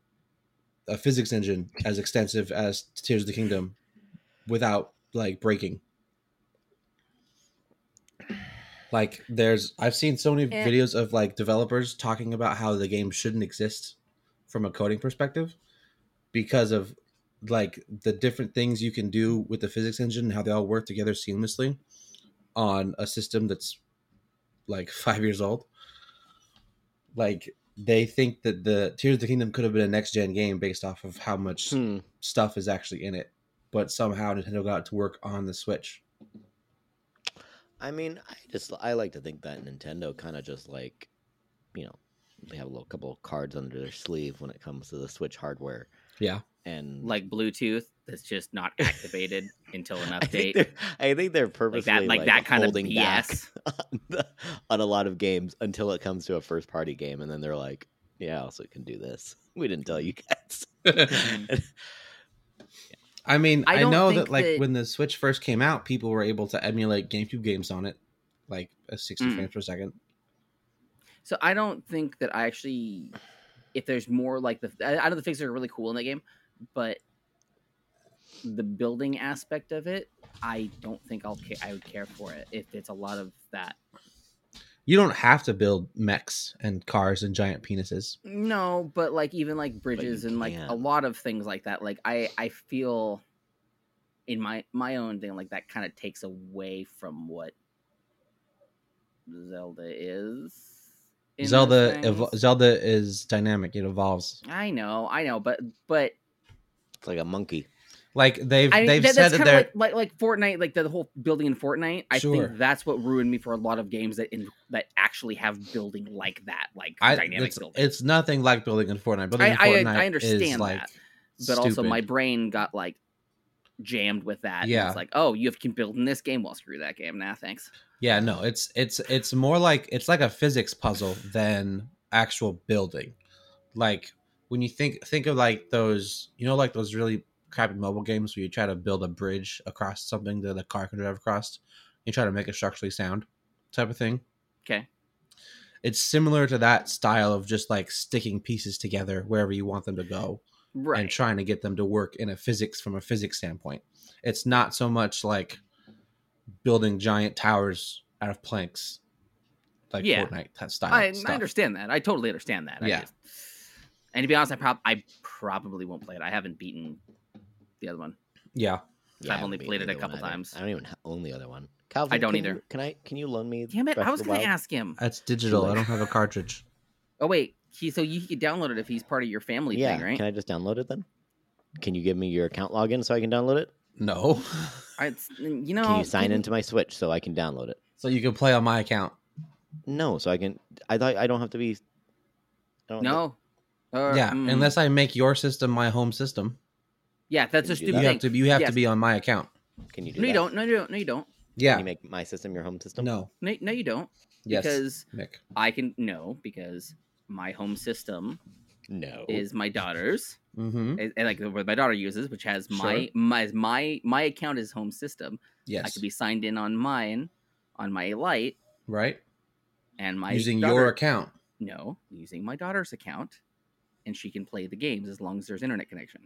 [SPEAKER 2] a physics engine as extensive as Tears of the Kingdom without like breaking. Like there's I've seen so many
[SPEAKER 1] Eh.
[SPEAKER 2] videos of like developers talking about how the game shouldn't exist from a coding perspective because of like the different things you can do with the physics engine and how they all work together seamlessly on a system that's like 5 years old. Like they think that the Tears of the Kingdom could have been a next gen game based off of how much
[SPEAKER 3] Hmm.
[SPEAKER 2] stuff is actually in it, but somehow Nintendo got it to work on the Switch.
[SPEAKER 3] I mean, I just I like to think that Nintendo kind of just like, you know, they have a little couple of cards under their sleeve when it comes to the Switch hardware.
[SPEAKER 2] Yeah.
[SPEAKER 3] and
[SPEAKER 1] Like Bluetooth that's just not activated until an
[SPEAKER 3] I think
[SPEAKER 1] update.
[SPEAKER 3] they're, I think they're
[SPEAKER 1] Like
[SPEAKER 3] purposely
[SPEAKER 1] that, like, that kind of
[SPEAKER 3] holding
[SPEAKER 1] BS.
[SPEAKER 3] back on, the- on a lot of games until it comes to a first party game, and then they're like, "Yeah, also can do this. We didn't tell you guys."
[SPEAKER 1] Mm-hmm.
[SPEAKER 2] I mean,
[SPEAKER 1] I
[SPEAKER 2] I,
[SPEAKER 1] don't
[SPEAKER 2] know
[SPEAKER 1] think
[SPEAKER 2] that like
[SPEAKER 1] that-
[SPEAKER 2] when the Switch first came out, people were able to emulate GameCube games on it, like a 60
[SPEAKER 1] Mm.
[SPEAKER 2] frames per second.
[SPEAKER 1] So I don't think that I actually, if there's more like the, I, I know the fixes are really cool in that game, but the building aspect of it, I don't think I'll ca- I would care for it if it's a lot of that.
[SPEAKER 2] You don't have to build mechs and cars and giant penises.
[SPEAKER 1] No, but like even like bridges and like a
[SPEAKER 3] can.
[SPEAKER 1] lot of things like that. Like I I feel in my my own thing like that kind of takes away from what Zelda is. in those
[SPEAKER 2] Zelda
[SPEAKER 1] things.
[SPEAKER 2] ev- Zelda is dynamic. It evolves.
[SPEAKER 1] I know, I know, but but
[SPEAKER 3] It's like a monkey.
[SPEAKER 2] Like they've
[SPEAKER 1] I mean,
[SPEAKER 2] they've
[SPEAKER 1] that,
[SPEAKER 2] said
[SPEAKER 1] that's
[SPEAKER 2] that
[SPEAKER 1] kind of
[SPEAKER 2] they're
[SPEAKER 1] like, like like Fortnite, like the whole building in Fortnite. I
[SPEAKER 2] Sure.
[SPEAKER 1] think that's what ruined me for a lot of games that in, that actually have building like that, like
[SPEAKER 2] I,
[SPEAKER 1] dynamic
[SPEAKER 2] it's,
[SPEAKER 1] building.
[SPEAKER 2] it's nothing like building in Fortnite. Building in
[SPEAKER 1] I- I-
[SPEAKER 2] Fortnite
[SPEAKER 1] I understand
[SPEAKER 2] is
[SPEAKER 1] that,
[SPEAKER 2] like,
[SPEAKER 1] but also, my
[SPEAKER 2] stupid.
[SPEAKER 1] brain got like jammed with that. and
[SPEAKER 2] Yeah.
[SPEAKER 1] it's like, oh, you have- can build in this game. Well, screw that game. Nah, thanks.
[SPEAKER 2] yeah, no, it's it's it's more like it's like a physics puzzle than actual building. Like when you think think of like those, you know, like those really crappy mobile games where you try to build a bridge across something that a car can drive across. You try to make it structurally sound, type of thing.
[SPEAKER 1] Okay.
[SPEAKER 2] It's similar to that style of just like sticking pieces together wherever you want them to go.
[SPEAKER 1] Right.
[SPEAKER 2] and trying to get them to work in a physics from a physics standpoint. It's not so much like building giant towers out of planks, like
[SPEAKER 1] Yeah.
[SPEAKER 2] Fortnite t- style.
[SPEAKER 1] I,
[SPEAKER 2] stuff.
[SPEAKER 1] I understand that. I totally understand that. I
[SPEAKER 2] Yeah.
[SPEAKER 1] just- and to be honest, I prob I probably won't play it. I haven't beaten the other one.
[SPEAKER 2] Yeah,
[SPEAKER 1] I've
[SPEAKER 3] I haven't
[SPEAKER 1] only
[SPEAKER 3] beaten
[SPEAKER 1] played it a
[SPEAKER 3] either one
[SPEAKER 1] couple
[SPEAKER 3] either.
[SPEAKER 1] times.
[SPEAKER 3] I don't even ha- own the other one. Calvin,
[SPEAKER 1] don't
[SPEAKER 3] can
[SPEAKER 1] either.
[SPEAKER 3] you- can I? Can you loan me?
[SPEAKER 1] Damn it!
[SPEAKER 3] Breath
[SPEAKER 1] I
[SPEAKER 3] of
[SPEAKER 1] was
[SPEAKER 3] the
[SPEAKER 1] gonna
[SPEAKER 3] Wild?
[SPEAKER 1] ask him.
[SPEAKER 2] that's digital. I
[SPEAKER 3] late.
[SPEAKER 2] don't have a cartridge.
[SPEAKER 1] Oh wait, he so you could download it if he's part of your family
[SPEAKER 3] Yeah.
[SPEAKER 1] thing, right?
[SPEAKER 3] Can I just download it then? Can you give me your account login so I can download it?
[SPEAKER 2] No,
[SPEAKER 1] I, it's, you know,
[SPEAKER 3] Can you sign
[SPEAKER 1] we-
[SPEAKER 3] into my Switch so I can download it?
[SPEAKER 2] so you can play on my account.
[SPEAKER 3] No, so I can. I thought I don't have to be. I don't
[SPEAKER 1] No. Or,
[SPEAKER 2] yeah,
[SPEAKER 1] mm.
[SPEAKER 2] unless I make your system my home system,
[SPEAKER 1] yeah, that's
[SPEAKER 3] Can
[SPEAKER 1] a
[SPEAKER 3] you do
[SPEAKER 2] you
[SPEAKER 1] stupid
[SPEAKER 3] that?
[SPEAKER 2] have
[SPEAKER 1] thing.
[SPEAKER 2] to you have
[SPEAKER 1] Yes.
[SPEAKER 2] to be on my account.
[SPEAKER 3] Can you do
[SPEAKER 1] no, you
[SPEAKER 3] that?
[SPEAKER 1] don't. No, you don't. No, you don't.
[SPEAKER 2] Yeah,
[SPEAKER 3] Can you make my system your home system?
[SPEAKER 2] no,
[SPEAKER 1] No, no, you don't.
[SPEAKER 2] yes,
[SPEAKER 1] Because
[SPEAKER 2] Mick.
[SPEAKER 1] I can no, because my home system
[SPEAKER 3] No.
[SPEAKER 2] Oh.
[SPEAKER 1] is my daughter's,
[SPEAKER 2] Mm-hmm.
[SPEAKER 1] and, and, like what my daughter uses, which has
[SPEAKER 2] Sure.
[SPEAKER 1] my my my my account is home system.
[SPEAKER 2] Yes,
[SPEAKER 1] I could be signed in on mine, on my light,
[SPEAKER 2] right
[SPEAKER 1] and my
[SPEAKER 2] using
[SPEAKER 1] daughter-
[SPEAKER 2] your account.
[SPEAKER 1] no using my daughter's account, and she can play the games as long as there's internet connection.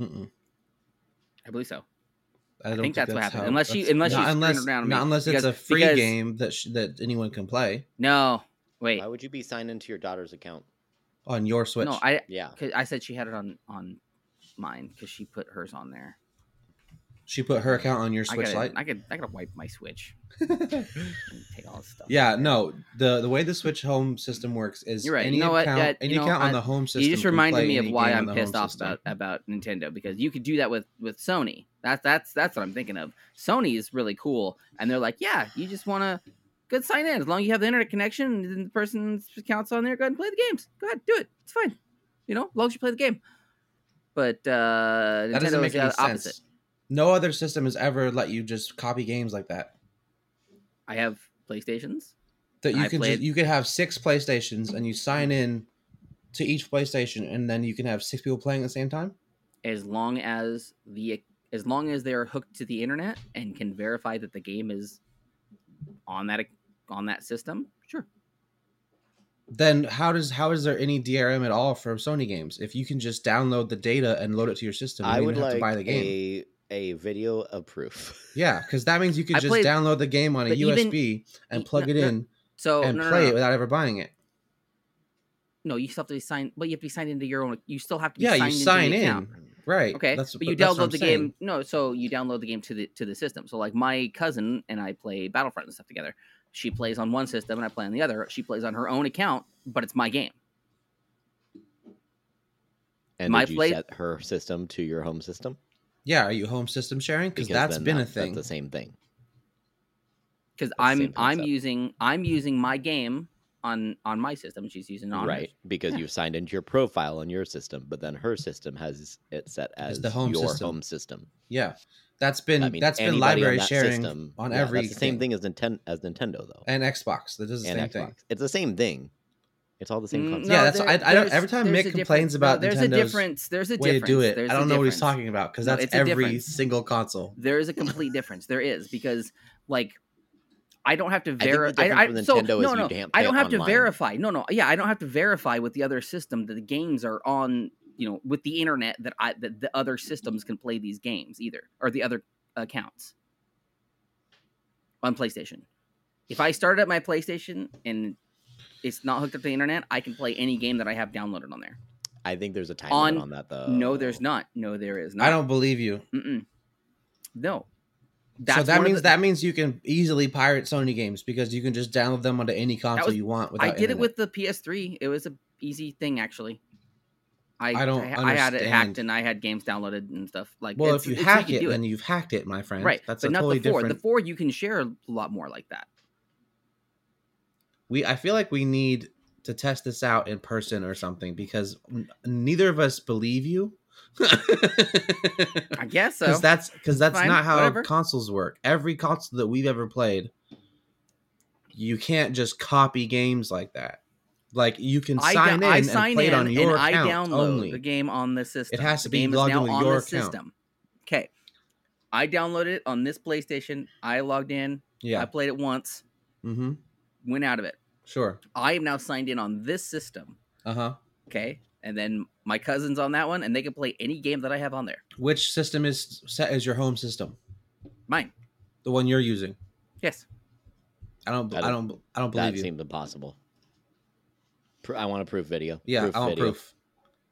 [SPEAKER 2] Mm-mm.
[SPEAKER 1] I believe so.
[SPEAKER 2] I, don't
[SPEAKER 1] think that's what happened. Unless you-
[SPEAKER 2] that's-
[SPEAKER 1] unless you
[SPEAKER 2] not
[SPEAKER 1] screwed
[SPEAKER 2] unless,
[SPEAKER 1] around and
[SPEAKER 2] not
[SPEAKER 1] made-
[SPEAKER 2] unless it's
[SPEAKER 1] because-
[SPEAKER 2] a free
[SPEAKER 1] because-
[SPEAKER 2] game that sh- that anyone can play
[SPEAKER 1] No, wait,
[SPEAKER 3] Why would you be signed into your daughter's account?
[SPEAKER 2] on your Switch.
[SPEAKER 1] no, I
[SPEAKER 3] Yeah.
[SPEAKER 1] 'cause I said she had it on on mine because she put hers on there.
[SPEAKER 2] she put her account on your
[SPEAKER 1] I
[SPEAKER 2] Switch
[SPEAKER 1] gotta,
[SPEAKER 2] Lite.
[SPEAKER 1] I could I gotta wipe my Switch and take all this stuff.
[SPEAKER 2] yeah, no. the The way the Switch Home system works is
[SPEAKER 1] You're right. You
[SPEAKER 2] any
[SPEAKER 1] know what?
[SPEAKER 2] account,
[SPEAKER 1] That-
[SPEAKER 2] any
[SPEAKER 1] you know,
[SPEAKER 2] account
[SPEAKER 1] I-
[SPEAKER 2] on the home system.
[SPEAKER 1] You just
[SPEAKER 2] can
[SPEAKER 1] reminded
[SPEAKER 2] play
[SPEAKER 1] me of
[SPEAKER 2] any
[SPEAKER 1] why
[SPEAKER 2] game on
[SPEAKER 1] I'm
[SPEAKER 2] the
[SPEAKER 1] pissed
[SPEAKER 2] home
[SPEAKER 1] off
[SPEAKER 2] system.
[SPEAKER 1] about, about Nintendo because you could do that with with Sony. That's that's that's what I'm thinking of. Sony is really cool, and they're like, yeah, you just want to good sign in as long as you have the internet connection and then the person's accounts on there. Go ahead and play the games. Go ahead, do it. It's fine. You know, as long as you play the game. But uh,
[SPEAKER 2] That
[SPEAKER 1] Nintendo
[SPEAKER 2] doesn't
[SPEAKER 1] is
[SPEAKER 2] make
[SPEAKER 1] the
[SPEAKER 2] any
[SPEAKER 1] opposite.
[SPEAKER 2] sense. No other system has ever let you just copy games like that.
[SPEAKER 1] I have PlayStations.
[SPEAKER 2] That you
[SPEAKER 1] I
[SPEAKER 2] can
[SPEAKER 1] played-
[SPEAKER 2] just, you could have six PlayStations and you sign in to each PlayStation and then you can have six people playing at the same time.
[SPEAKER 1] as long as the as long as they are hooked to the internet and can verify that the game is on that on that system sure
[SPEAKER 2] then how does how is there any DRM at all for Sony games if you can just download the data and load it to your system? You
[SPEAKER 3] I
[SPEAKER 2] don't
[SPEAKER 3] would
[SPEAKER 2] even have
[SPEAKER 3] like
[SPEAKER 2] to buy the game.
[SPEAKER 3] a a video of proof.
[SPEAKER 2] Yeah, because that means you can
[SPEAKER 1] I
[SPEAKER 2] just
[SPEAKER 1] played-
[SPEAKER 2] download the game on a
[SPEAKER 1] but even-
[SPEAKER 2] USB
[SPEAKER 1] e-
[SPEAKER 2] and plug
[SPEAKER 1] no,
[SPEAKER 2] it
[SPEAKER 1] no,
[SPEAKER 2] in
[SPEAKER 1] so
[SPEAKER 2] and
[SPEAKER 1] no, no,
[SPEAKER 2] play
[SPEAKER 1] no,
[SPEAKER 2] it
[SPEAKER 1] no.
[SPEAKER 2] without ever buying it.
[SPEAKER 1] No, you still have to be signed but you have to be signed into your own you still have to be
[SPEAKER 2] Yeah, you
[SPEAKER 1] signed
[SPEAKER 2] sign
[SPEAKER 1] into the
[SPEAKER 2] in.
[SPEAKER 1] account.
[SPEAKER 2] Right.
[SPEAKER 1] okay but you
[SPEAKER 2] that's what I'm
[SPEAKER 1] download the
[SPEAKER 2] saying.
[SPEAKER 1] game no so you download the game to the to the system so like my cousin and i play battlefront and stuff together she plays on one system and i play on the other she plays on her own account but it's my game
[SPEAKER 3] And
[SPEAKER 1] My
[SPEAKER 3] did you
[SPEAKER 1] play-
[SPEAKER 3] set her system to your home system?
[SPEAKER 2] Yeah, are you home system sharing? Because that's
[SPEAKER 3] then
[SPEAKER 2] been a
[SPEAKER 3] that-
[SPEAKER 2] thing.
[SPEAKER 3] That's the same thing.
[SPEAKER 1] because
[SPEAKER 3] the
[SPEAKER 1] i'm
[SPEAKER 3] same
[SPEAKER 1] i'm
[SPEAKER 3] concept.
[SPEAKER 1] using i'm using my game on on my system she's using it on hers.
[SPEAKER 3] right. Because
[SPEAKER 1] Yeah.
[SPEAKER 3] you've signed into your profile on your system, but then her system has it set as
[SPEAKER 2] the home
[SPEAKER 3] your
[SPEAKER 2] system.
[SPEAKER 3] home system.
[SPEAKER 2] yeah, that's been
[SPEAKER 3] I mean,
[SPEAKER 2] that's been
[SPEAKER 3] anybody
[SPEAKER 2] library
[SPEAKER 3] on that
[SPEAKER 2] sharing
[SPEAKER 3] system,
[SPEAKER 2] on
[SPEAKER 3] yeah,
[SPEAKER 2] every
[SPEAKER 3] That's the same thing as Nintendo, as Nintendo though,
[SPEAKER 2] and Xbox. That does the
[SPEAKER 3] and
[SPEAKER 2] same
[SPEAKER 3] Xbox.
[SPEAKER 2] thing.
[SPEAKER 3] It's the same thing. It's all the same
[SPEAKER 1] Mm,
[SPEAKER 3] concept.
[SPEAKER 2] Yeah, that's- I- I don't-
[SPEAKER 1] there's-
[SPEAKER 2] every time
[SPEAKER 1] there's
[SPEAKER 2] Mick
[SPEAKER 1] a difference-
[SPEAKER 2] complains about
[SPEAKER 1] there's a
[SPEAKER 2] Nintendo's
[SPEAKER 1] difference. There's a
[SPEAKER 2] Way to
[SPEAKER 1] difference.
[SPEAKER 2] do it.
[SPEAKER 1] There's
[SPEAKER 2] I
[SPEAKER 1] a
[SPEAKER 2] don't know what he's
[SPEAKER 1] difference.
[SPEAKER 2] talking about because
[SPEAKER 1] No,
[SPEAKER 2] that's
[SPEAKER 1] it's a
[SPEAKER 2] every
[SPEAKER 1] difference.
[SPEAKER 2] single console.
[SPEAKER 1] There is a complete difference. There is because like I don't have to
[SPEAKER 3] think the
[SPEAKER 1] verify. I,
[SPEAKER 3] difference with
[SPEAKER 1] so,
[SPEAKER 3] Nintendo is
[SPEAKER 1] no,
[SPEAKER 3] you
[SPEAKER 1] no,
[SPEAKER 3] can't
[SPEAKER 1] I
[SPEAKER 3] play
[SPEAKER 1] don't
[SPEAKER 3] it
[SPEAKER 1] have to
[SPEAKER 3] online.
[SPEAKER 1] verify. No, no, yeah, I don't have to verify with the other system that the games are on. You know, with the internet that I that the other systems can play these games either, or the other accounts on PlayStation. If I started up my PlayStation and it's not hooked up to the internet, I can play any game that I have downloaded on there.
[SPEAKER 3] I think there's a time
[SPEAKER 1] On-
[SPEAKER 3] limit on that though.
[SPEAKER 1] No, there's not. No, there is not.
[SPEAKER 2] I don't believe you.
[SPEAKER 1] Mm-mm. No,
[SPEAKER 2] so
[SPEAKER 1] That's
[SPEAKER 2] that
[SPEAKER 1] one of
[SPEAKER 2] means
[SPEAKER 1] the-
[SPEAKER 2] that means you can easily pirate Sony games because you can just download them onto any console
[SPEAKER 1] was-
[SPEAKER 2] you want. Without
[SPEAKER 1] I did it
[SPEAKER 2] internet.
[SPEAKER 1] with the PS3. It was a easy thing actually. I
[SPEAKER 2] I don't
[SPEAKER 1] I, I had it
[SPEAKER 2] understand.
[SPEAKER 1] hacked and I had games downloaded and stuff like.
[SPEAKER 2] Well,
[SPEAKER 1] it's-
[SPEAKER 2] if you
[SPEAKER 1] it's-
[SPEAKER 2] hack
[SPEAKER 1] could
[SPEAKER 2] it,
[SPEAKER 1] do
[SPEAKER 2] then you've hacked it, my friend.
[SPEAKER 1] right.
[SPEAKER 2] That's
[SPEAKER 1] but
[SPEAKER 2] a
[SPEAKER 1] not
[SPEAKER 2] totally
[SPEAKER 1] the four.
[SPEAKER 2] different.
[SPEAKER 1] The four you can share a lot more like that.
[SPEAKER 2] we I feel like we need to test this out in person or something because n- neither of us believe you.
[SPEAKER 1] I guess so.
[SPEAKER 2] Because that's because that's
[SPEAKER 1] fine,
[SPEAKER 2] not how
[SPEAKER 1] whatever.
[SPEAKER 2] consoles work. Every console that we've ever played, you can't just copy games like that. Like you can
[SPEAKER 1] I,
[SPEAKER 2] sign in
[SPEAKER 1] da- I
[SPEAKER 2] and
[SPEAKER 1] sign
[SPEAKER 2] play
[SPEAKER 1] in
[SPEAKER 2] it on your
[SPEAKER 1] and I
[SPEAKER 2] account
[SPEAKER 1] download
[SPEAKER 2] only.
[SPEAKER 1] the game on the system.
[SPEAKER 2] has to
[SPEAKER 1] the
[SPEAKER 2] be
[SPEAKER 1] game
[SPEAKER 2] logged
[SPEAKER 1] is now
[SPEAKER 2] in with
[SPEAKER 1] on
[SPEAKER 2] your
[SPEAKER 1] the
[SPEAKER 2] account.
[SPEAKER 1] system. Okay. I downloaded it on this PlayStation. I logged in. I
[SPEAKER 2] Yeah.
[SPEAKER 1] played it once.
[SPEAKER 2] Mm-hmm.
[SPEAKER 1] Went out of it.
[SPEAKER 2] Sure.
[SPEAKER 1] I am now signed in on this system.
[SPEAKER 2] Uh huh.
[SPEAKER 1] Okay. And then my cousin's on that one, and they can play any game that I have on there.
[SPEAKER 2] Which system is set as your home system?
[SPEAKER 1] Mine.
[SPEAKER 2] The one you're using.
[SPEAKER 1] Yes.
[SPEAKER 2] I don't.
[SPEAKER 3] I
[SPEAKER 2] I don't. I don't believe
[SPEAKER 3] That
[SPEAKER 2] you.
[SPEAKER 3] seemed impossible. Pro- I want a proof video.
[SPEAKER 2] Yeah,
[SPEAKER 3] proof
[SPEAKER 2] I want proof.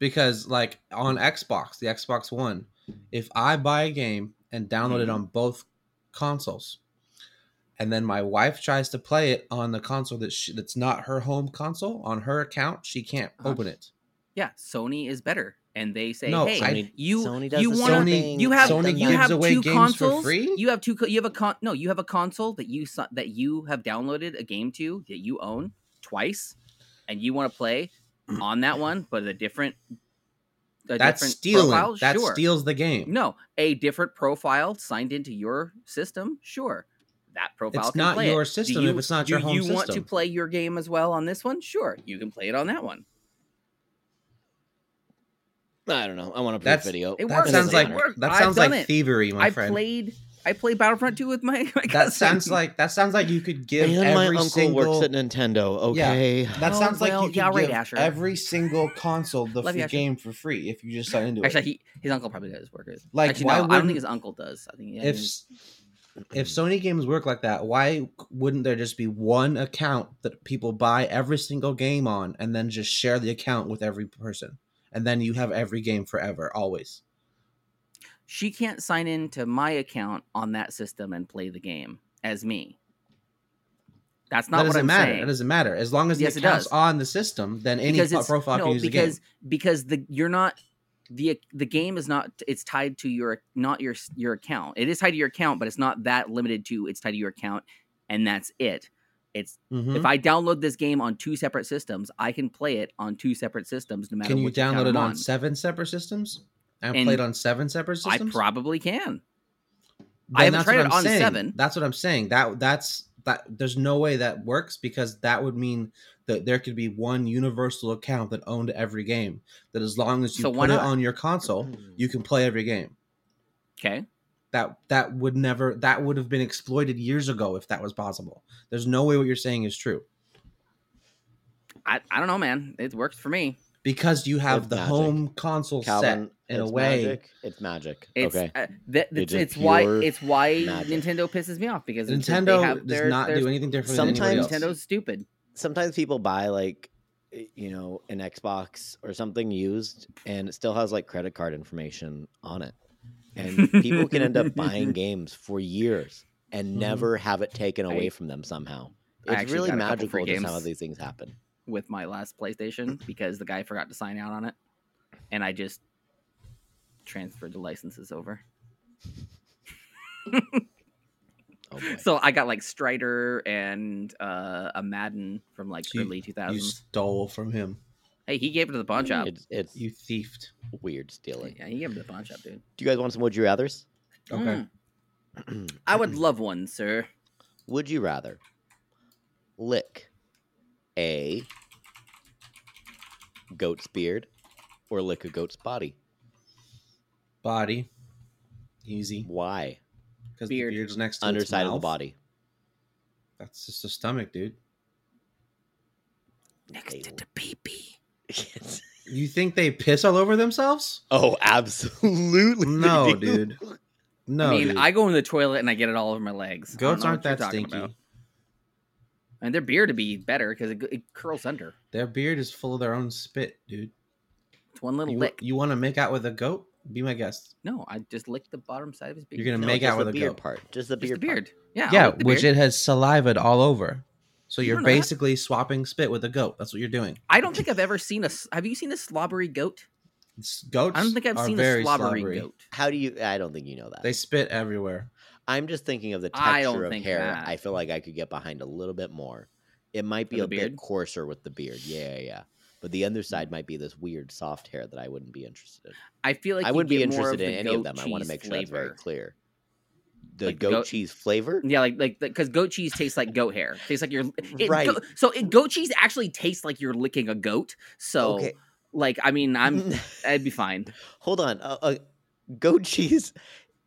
[SPEAKER 2] Because like on Xbox, the Xbox One, if I buy a game and download
[SPEAKER 3] Mm-hmm.
[SPEAKER 2] it on both consoles, and then my wife tries to play it on the console that she, that's not her home console on her account, she can't
[SPEAKER 1] Uh-huh.
[SPEAKER 2] open it.
[SPEAKER 1] Yeah. Sony is better, and they say,
[SPEAKER 2] No,
[SPEAKER 1] "Hey,
[SPEAKER 2] I-
[SPEAKER 1] you
[SPEAKER 3] Sony does
[SPEAKER 1] you
[SPEAKER 3] the
[SPEAKER 1] wanna-
[SPEAKER 3] same
[SPEAKER 2] Sony
[SPEAKER 3] thing.
[SPEAKER 1] you have
[SPEAKER 2] Sony
[SPEAKER 3] Something
[SPEAKER 1] you
[SPEAKER 2] gives
[SPEAKER 1] have
[SPEAKER 2] away
[SPEAKER 1] two
[SPEAKER 2] games
[SPEAKER 1] consoles.
[SPEAKER 2] for free.
[SPEAKER 1] you have two. co- You have a con. No, you have a console that you si- that you have downloaded a game to that you own twice, and you want to play on that one, but a different. A
[SPEAKER 2] that's
[SPEAKER 1] different
[SPEAKER 2] stealing.
[SPEAKER 1] Profile?
[SPEAKER 2] That
[SPEAKER 1] sure.
[SPEAKER 2] steals the game.
[SPEAKER 1] No, a different profile signed into your system. Sure, that profile.
[SPEAKER 2] it's
[SPEAKER 1] can
[SPEAKER 2] not
[SPEAKER 1] play
[SPEAKER 2] your
[SPEAKER 1] it. Do
[SPEAKER 2] system
[SPEAKER 1] you-
[SPEAKER 2] if it's not
[SPEAKER 1] do
[SPEAKER 2] your home
[SPEAKER 1] you
[SPEAKER 2] system.
[SPEAKER 1] want to play your game as well on this one? Sure, you can play it on that one.
[SPEAKER 3] I don't know. I want a proof
[SPEAKER 2] That's-
[SPEAKER 3] video.
[SPEAKER 1] It
[SPEAKER 2] that
[SPEAKER 1] works.
[SPEAKER 2] sounds
[SPEAKER 1] It
[SPEAKER 2] like
[SPEAKER 1] works.
[SPEAKER 2] that
[SPEAKER 1] I've
[SPEAKER 2] sounds
[SPEAKER 1] done
[SPEAKER 2] like
[SPEAKER 1] it.
[SPEAKER 2] thievery, my
[SPEAKER 1] I
[SPEAKER 2] friend.
[SPEAKER 1] played. I played Battlefront 2 with my. my cousin.
[SPEAKER 2] that sounds like that sounds like you could give
[SPEAKER 3] and my
[SPEAKER 2] every
[SPEAKER 3] uncle
[SPEAKER 2] single
[SPEAKER 3] works at Nintendo. Okay.
[SPEAKER 2] That
[SPEAKER 1] Oh,
[SPEAKER 2] sounds like
[SPEAKER 1] well,
[SPEAKER 2] you could
[SPEAKER 1] yeah, right,
[SPEAKER 2] give
[SPEAKER 1] Asher.
[SPEAKER 2] every single console the
[SPEAKER 1] Love
[SPEAKER 2] free
[SPEAKER 1] you, Asher.
[SPEAKER 2] game for free if you just sign into it.
[SPEAKER 1] Actually, he, his uncle probably does work. as-
[SPEAKER 2] Like,
[SPEAKER 1] actually,
[SPEAKER 2] why
[SPEAKER 1] no, I don't
[SPEAKER 2] wouldn't-
[SPEAKER 1] think his uncle does. I think yeah,
[SPEAKER 2] if if Sony games work like that, why wouldn't there just be one account that people buy every single game on and then just share the account with every person? And then you have every game forever, always.
[SPEAKER 1] she can't sign in to my account on that system and play the game as me. That's not
[SPEAKER 2] that
[SPEAKER 1] what
[SPEAKER 2] doesn't
[SPEAKER 1] I'm
[SPEAKER 2] matter.
[SPEAKER 1] saying.
[SPEAKER 2] It doesn't matter. As long as the
[SPEAKER 1] Yes, it
[SPEAKER 2] account's
[SPEAKER 1] does.
[SPEAKER 2] on the system, then any
[SPEAKER 1] because
[SPEAKER 2] pro-
[SPEAKER 1] it's
[SPEAKER 2] profile
[SPEAKER 1] no
[SPEAKER 2] can use
[SPEAKER 1] because
[SPEAKER 2] the game.
[SPEAKER 1] because the you're not the the game is not it's tied to your not your your account. It is tied to your account, but it's not that limited to it's tied to your account, and that's it. It's
[SPEAKER 2] Mhm.
[SPEAKER 1] if I download this game on two separate systems, I can play it on two separate systems. No matter
[SPEAKER 2] Can you
[SPEAKER 1] which account
[SPEAKER 2] download it
[SPEAKER 1] I'm
[SPEAKER 2] on, seven separate systems? And,
[SPEAKER 1] And
[SPEAKER 2] play it on seven separate
[SPEAKER 1] I
[SPEAKER 2] systems?
[SPEAKER 1] probably can. I
[SPEAKER 2] Then
[SPEAKER 1] haven't
[SPEAKER 2] that's
[SPEAKER 1] tried
[SPEAKER 2] what
[SPEAKER 1] it
[SPEAKER 2] I'm
[SPEAKER 1] on
[SPEAKER 2] saying.
[SPEAKER 1] seven.
[SPEAKER 2] That's what I'm saying. That that's that. There's no way that works because that would mean that there could be one universal account that owned every game. That as long as you
[SPEAKER 1] So why
[SPEAKER 2] put it
[SPEAKER 1] not?
[SPEAKER 2] on your console, you can play every game.
[SPEAKER 1] Okay.
[SPEAKER 2] That that would never. That would have been exploited years ago if that was possible. There's no way what you're saying is true
[SPEAKER 1] I, I don't know, man. It works for me.
[SPEAKER 2] because you have
[SPEAKER 3] It's
[SPEAKER 2] the
[SPEAKER 3] magic.
[SPEAKER 2] home console
[SPEAKER 3] Calvin,
[SPEAKER 2] set in a
[SPEAKER 3] it's
[SPEAKER 2] way.
[SPEAKER 3] magic. It's magic.
[SPEAKER 1] It's
[SPEAKER 3] okay.
[SPEAKER 1] uh, that,
[SPEAKER 3] It's
[SPEAKER 1] it's,
[SPEAKER 3] just
[SPEAKER 1] it's why
[SPEAKER 3] pure
[SPEAKER 1] it's why
[SPEAKER 3] magic.
[SPEAKER 1] Nintendo pisses me off because it's- they
[SPEAKER 2] Nintendo
[SPEAKER 1] have
[SPEAKER 2] does
[SPEAKER 1] their-
[SPEAKER 2] not
[SPEAKER 1] their-
[SPEAKER 2] do anything different than
[SPEAKER 3] Sometimes
[SPEAKER 2] anybody else.
[SPEAKER 1] Nintendo's stupid.
[SPEAKER 3] Sometimes people buy like y- you know an Xbox or something used, and it still has like credit card information on it, and people can end up buying games for years and
[SPEAKER 2] Mhm.
[SPEAKER 3] never have it taken away
[SPEAKER 1] Mm-hmm. I-
[SPEAKER 3] from them somehow.
[SPEAKER 1] I
[SPEAKER 3] It's
[SPEAKER 1] actually
[SPEAKER 3] really
[SPEAKER 1] got a couple free
[SPEAKER 3] magical just how
[SPEAKER 1] games.
[SPEAKER 3] these things happen.
[SPEAKER 1] with my last PlayStation because the guy forgot to sign out on it, and I just transferred the licenses over.
[SPEAKER 3] Oh boy.
[SPEAKER 1] So I got like Strider and uh, a Madden from like
[SPEAKER 2] So you-
[SPEAKER 1] early
[SPEAKER 2] You
[SPEAKER 1] 2000s.
[SPEAKER 2] stole from him.
[SPEAKER 1] Hey, he gave it to the pawn shop.
[SPEAKER 3] it's it's
[SPEAKER 2] You thieved.
[SPEAKER 3] weird stealing.
[SPEAKER 1] Yeah, he gave it to the pawn shop, dude.
[SPEAKER 3] Do you guys want some would you rather's?
[SPEAKER 2] Okay.
[SPEAKER 1] Mm. I would love one, sir.
[SPEAKER 3] Would you rather lick a goat's beard or lick a goat's body?
[SPEAKER 2] Body. Easy.
[SPEAKER 3] Why?
[SPEAKER 2] Because the
[SPEAKER 1] Beard.
[SPEAKER 2] beard's next to its
[SPEAKER 3] Underside of the
[SPEAKER 2] mouth.
[SPEAKER 3] body.
[SPEAKER 2] That's just a stomach, dude.
[SPEAKER 1] Next
[SPEAKER 3] Hey.
[SPEAKER 1] to the peepee.
[SPEAKER 3] Yes.
[SPEAKER 2] You think they piss all over themselves?
[SPEAKER 3] Oh, absolutely. they
[SPEAKER 2] No,
[SPEAKER 3] do.
[SPEAKER 2] dude. No.
[SPEAKER 1] I mean,
[SPEAKER 2] dude.
[SPEAKER 1] I go in the toilet and I get it all over my legs. I don't
[SPEAKER 2] goats
[SPEAKER 1] know
[SPEAKER 2] aren't
[SPEAKER 1] what you're
[SPEAKER 2] that
[SPEAKER 1] talking
[SPEAKER 2] stinky.
[SPEAKER 1] about. And their beard would be better because it, it curls under.
[SPEAKER 2] Their beard is full of their own spit, dude.
[SPEAKER 1] It's one little
[SPEAKER 2] You,
[SPEAKER 1] lick.
[SPEAKER 2] you want to make out with a goat? Be my guest.
[SPEAKER 1] No, I just licked the bottom side of his beard.
[SPEAKER 2] You're gonna
[SPEAKER 3] No,
[SPEAKER 2] make
[SPEAKER 3] just
[SPEAKER 2] out with
[SPEAKER 3] the
[SPEAKER 2] a
[SPEAKER 3] beard
[SPEAKER 2] goat.
[SPEAKER 3] part. Just the
[SPEAKER 1] Just
[SPEAKER 3] beard.
[SPEAKER 1] the beard. Yeah, I'll
[SPEAKER 2] yeah,
[SPEAKER 1] lick the
[SPEAKER 2] which
[SPEAKER 1] beard.
[SPEAKER 2] it has salivaed all over. So
[SPEAKER 1] You
[SPEAKER 2] you're
[SPEAKER 1] don't know that.
[SPEAKER 2] basically swapping spit with a goat. That's what you're doing.
[SPEAKER 1] I don't think I've ever seen a. s- Have you seen a slobbery goat?
[SPEAKER 2] It's- Goats.
[SPEAKER 1] I don't think I've
[SPEAKER 2] are
[SPEAKER 1] seen a
[SPEAKER 2] very
[SPEAKER 1] slobbery,
[SPEAKER 2] slobbery.
[SPEAKER 1] goat.
[SPEAKER 3] Part. How do you? I don't think you know that.
[SPEAKER 2] They spit everywhere.
[SPEAKER 3] I'm just thinking of the
[SPEAKER 1] I don't
[SPEAKER 3] texture of
[SPEAKER 1] think
[SPEAKER 3] hair.
[SPEAKER 1] that.
[SPEAKER 3] I feel like I could get behind a little bit more. It might be
[SPEAKER 1] the
[SPEAKER 3] a bit
[SPEAKER 1] beard? Mm.
[SPEAKER 3] coarser with the beard. Yeah, yeah, yeah. But the underside might be this weird soft hair that I wouldn't be interested in.
[SPEAKER 1] I feel like
[SPEAKER 3] I
[SPEAKER 1] you'd
[SPEAKER 3] wouldn't be
[SPEAKER 1] get more
[SPEAKER 3] interested in
[SPEAKER 1] the
[SPEAKER 3] any of
[SPEAKER 1] goat
[SPEAKER 3] them. I want
[SPEAKER 1] cheese
[SPEAKER 3] to make sure that's very
[SPEAKER 1] flavor.
[SPEAKER 3] clear. The
[SPEAKER 1] Like the
[SPEAKER 3] goat,
[SPEAKER 1] goat-
[SPEAKER 3] cheese flavor?
[SPEAKER 1] Yeah, like like because goat cheese tastes like goat hair. Tastes like you're it,
[SPEAKER 3] Right.
[SPEAKER 1] Go, so it, goat cheese actually tastes like you're licking a goat. So
[SPEAKER 3] Okay.
[SPEAKER 1] like I mean I'm I'd be fine.
[SPEAKER 3] Hold on. Uh, uh, goat cheese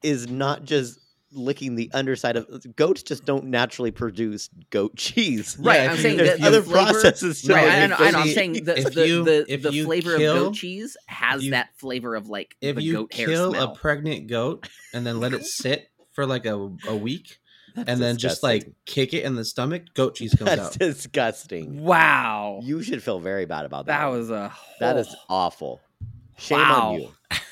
[SPEAKER 3] is not just licking the underside of goats just don't naturally produce goat cheese.
[SPEAKER 1] Right,
[SPEAKER 2] if
[SPEAKER 1] I'm
[SPEAKER 2] you-
[SPEAKER 1] saying
[SPEAKER 3] There's
[SPEAKER 1] the-
[SPEAKER 3] other
[SPEAKER 1] flavor-
[SPEAKER 3] processes to
[SPEAKER 2] No,
[SPEAKER 1] right,
[SPEAKER 3] make
[SPEAKER 1] I, know, I know. I'm
[SPEAKER 2] if-
[SPEAKER 1] saying the
[SPEAKER 2] if
[SPEAKER 1] the,
[SPEAKER 2] you-
[SPEAKER 1] the,
[SPEAKER 2] if
[SPEAKER 1] the
[SPEAKER 2] you
[SPEAKER 1] flavor of
[SPEAKER 2] kill-
[SPEAKER 1] goat cheese has
[SPEAKER 2] you-
[SPEAKER 1] that flavor of like
[SPEAKER 2] If
[SPEAKER 1] the
[SPEAKER 2] you
[SPEAKER 1] goat hair
[SPEAKER 2] kill
[SPEAKER 1] smell.
[SPEAKER 2] a pregnant goat and then let it sit for like a, a week
[SPEAKER 3] That's
[SPEAKER 2] and then just
[SPEAKER 3] disgusting.
[SPEAKER 2] like kick it in the stomach, goat cheese comes
[SPEAKER 3] That's
[SPEAKER 2] out.
[SPEAKER 3] disgusting.
[SPEAKER 1] wow,
[SPEAKER 3] You should feel very bad about that.
[SPEAKER 1] that
[SPEAKER 3] one.
[SPEAKER 1] was a
[SPEAKER 3] that is
[SPEAKER 1] oh,
[SPEAKER 3] awful. Shame
[SPEAKER 1] Wow.
[SPEAKER 3] on you. If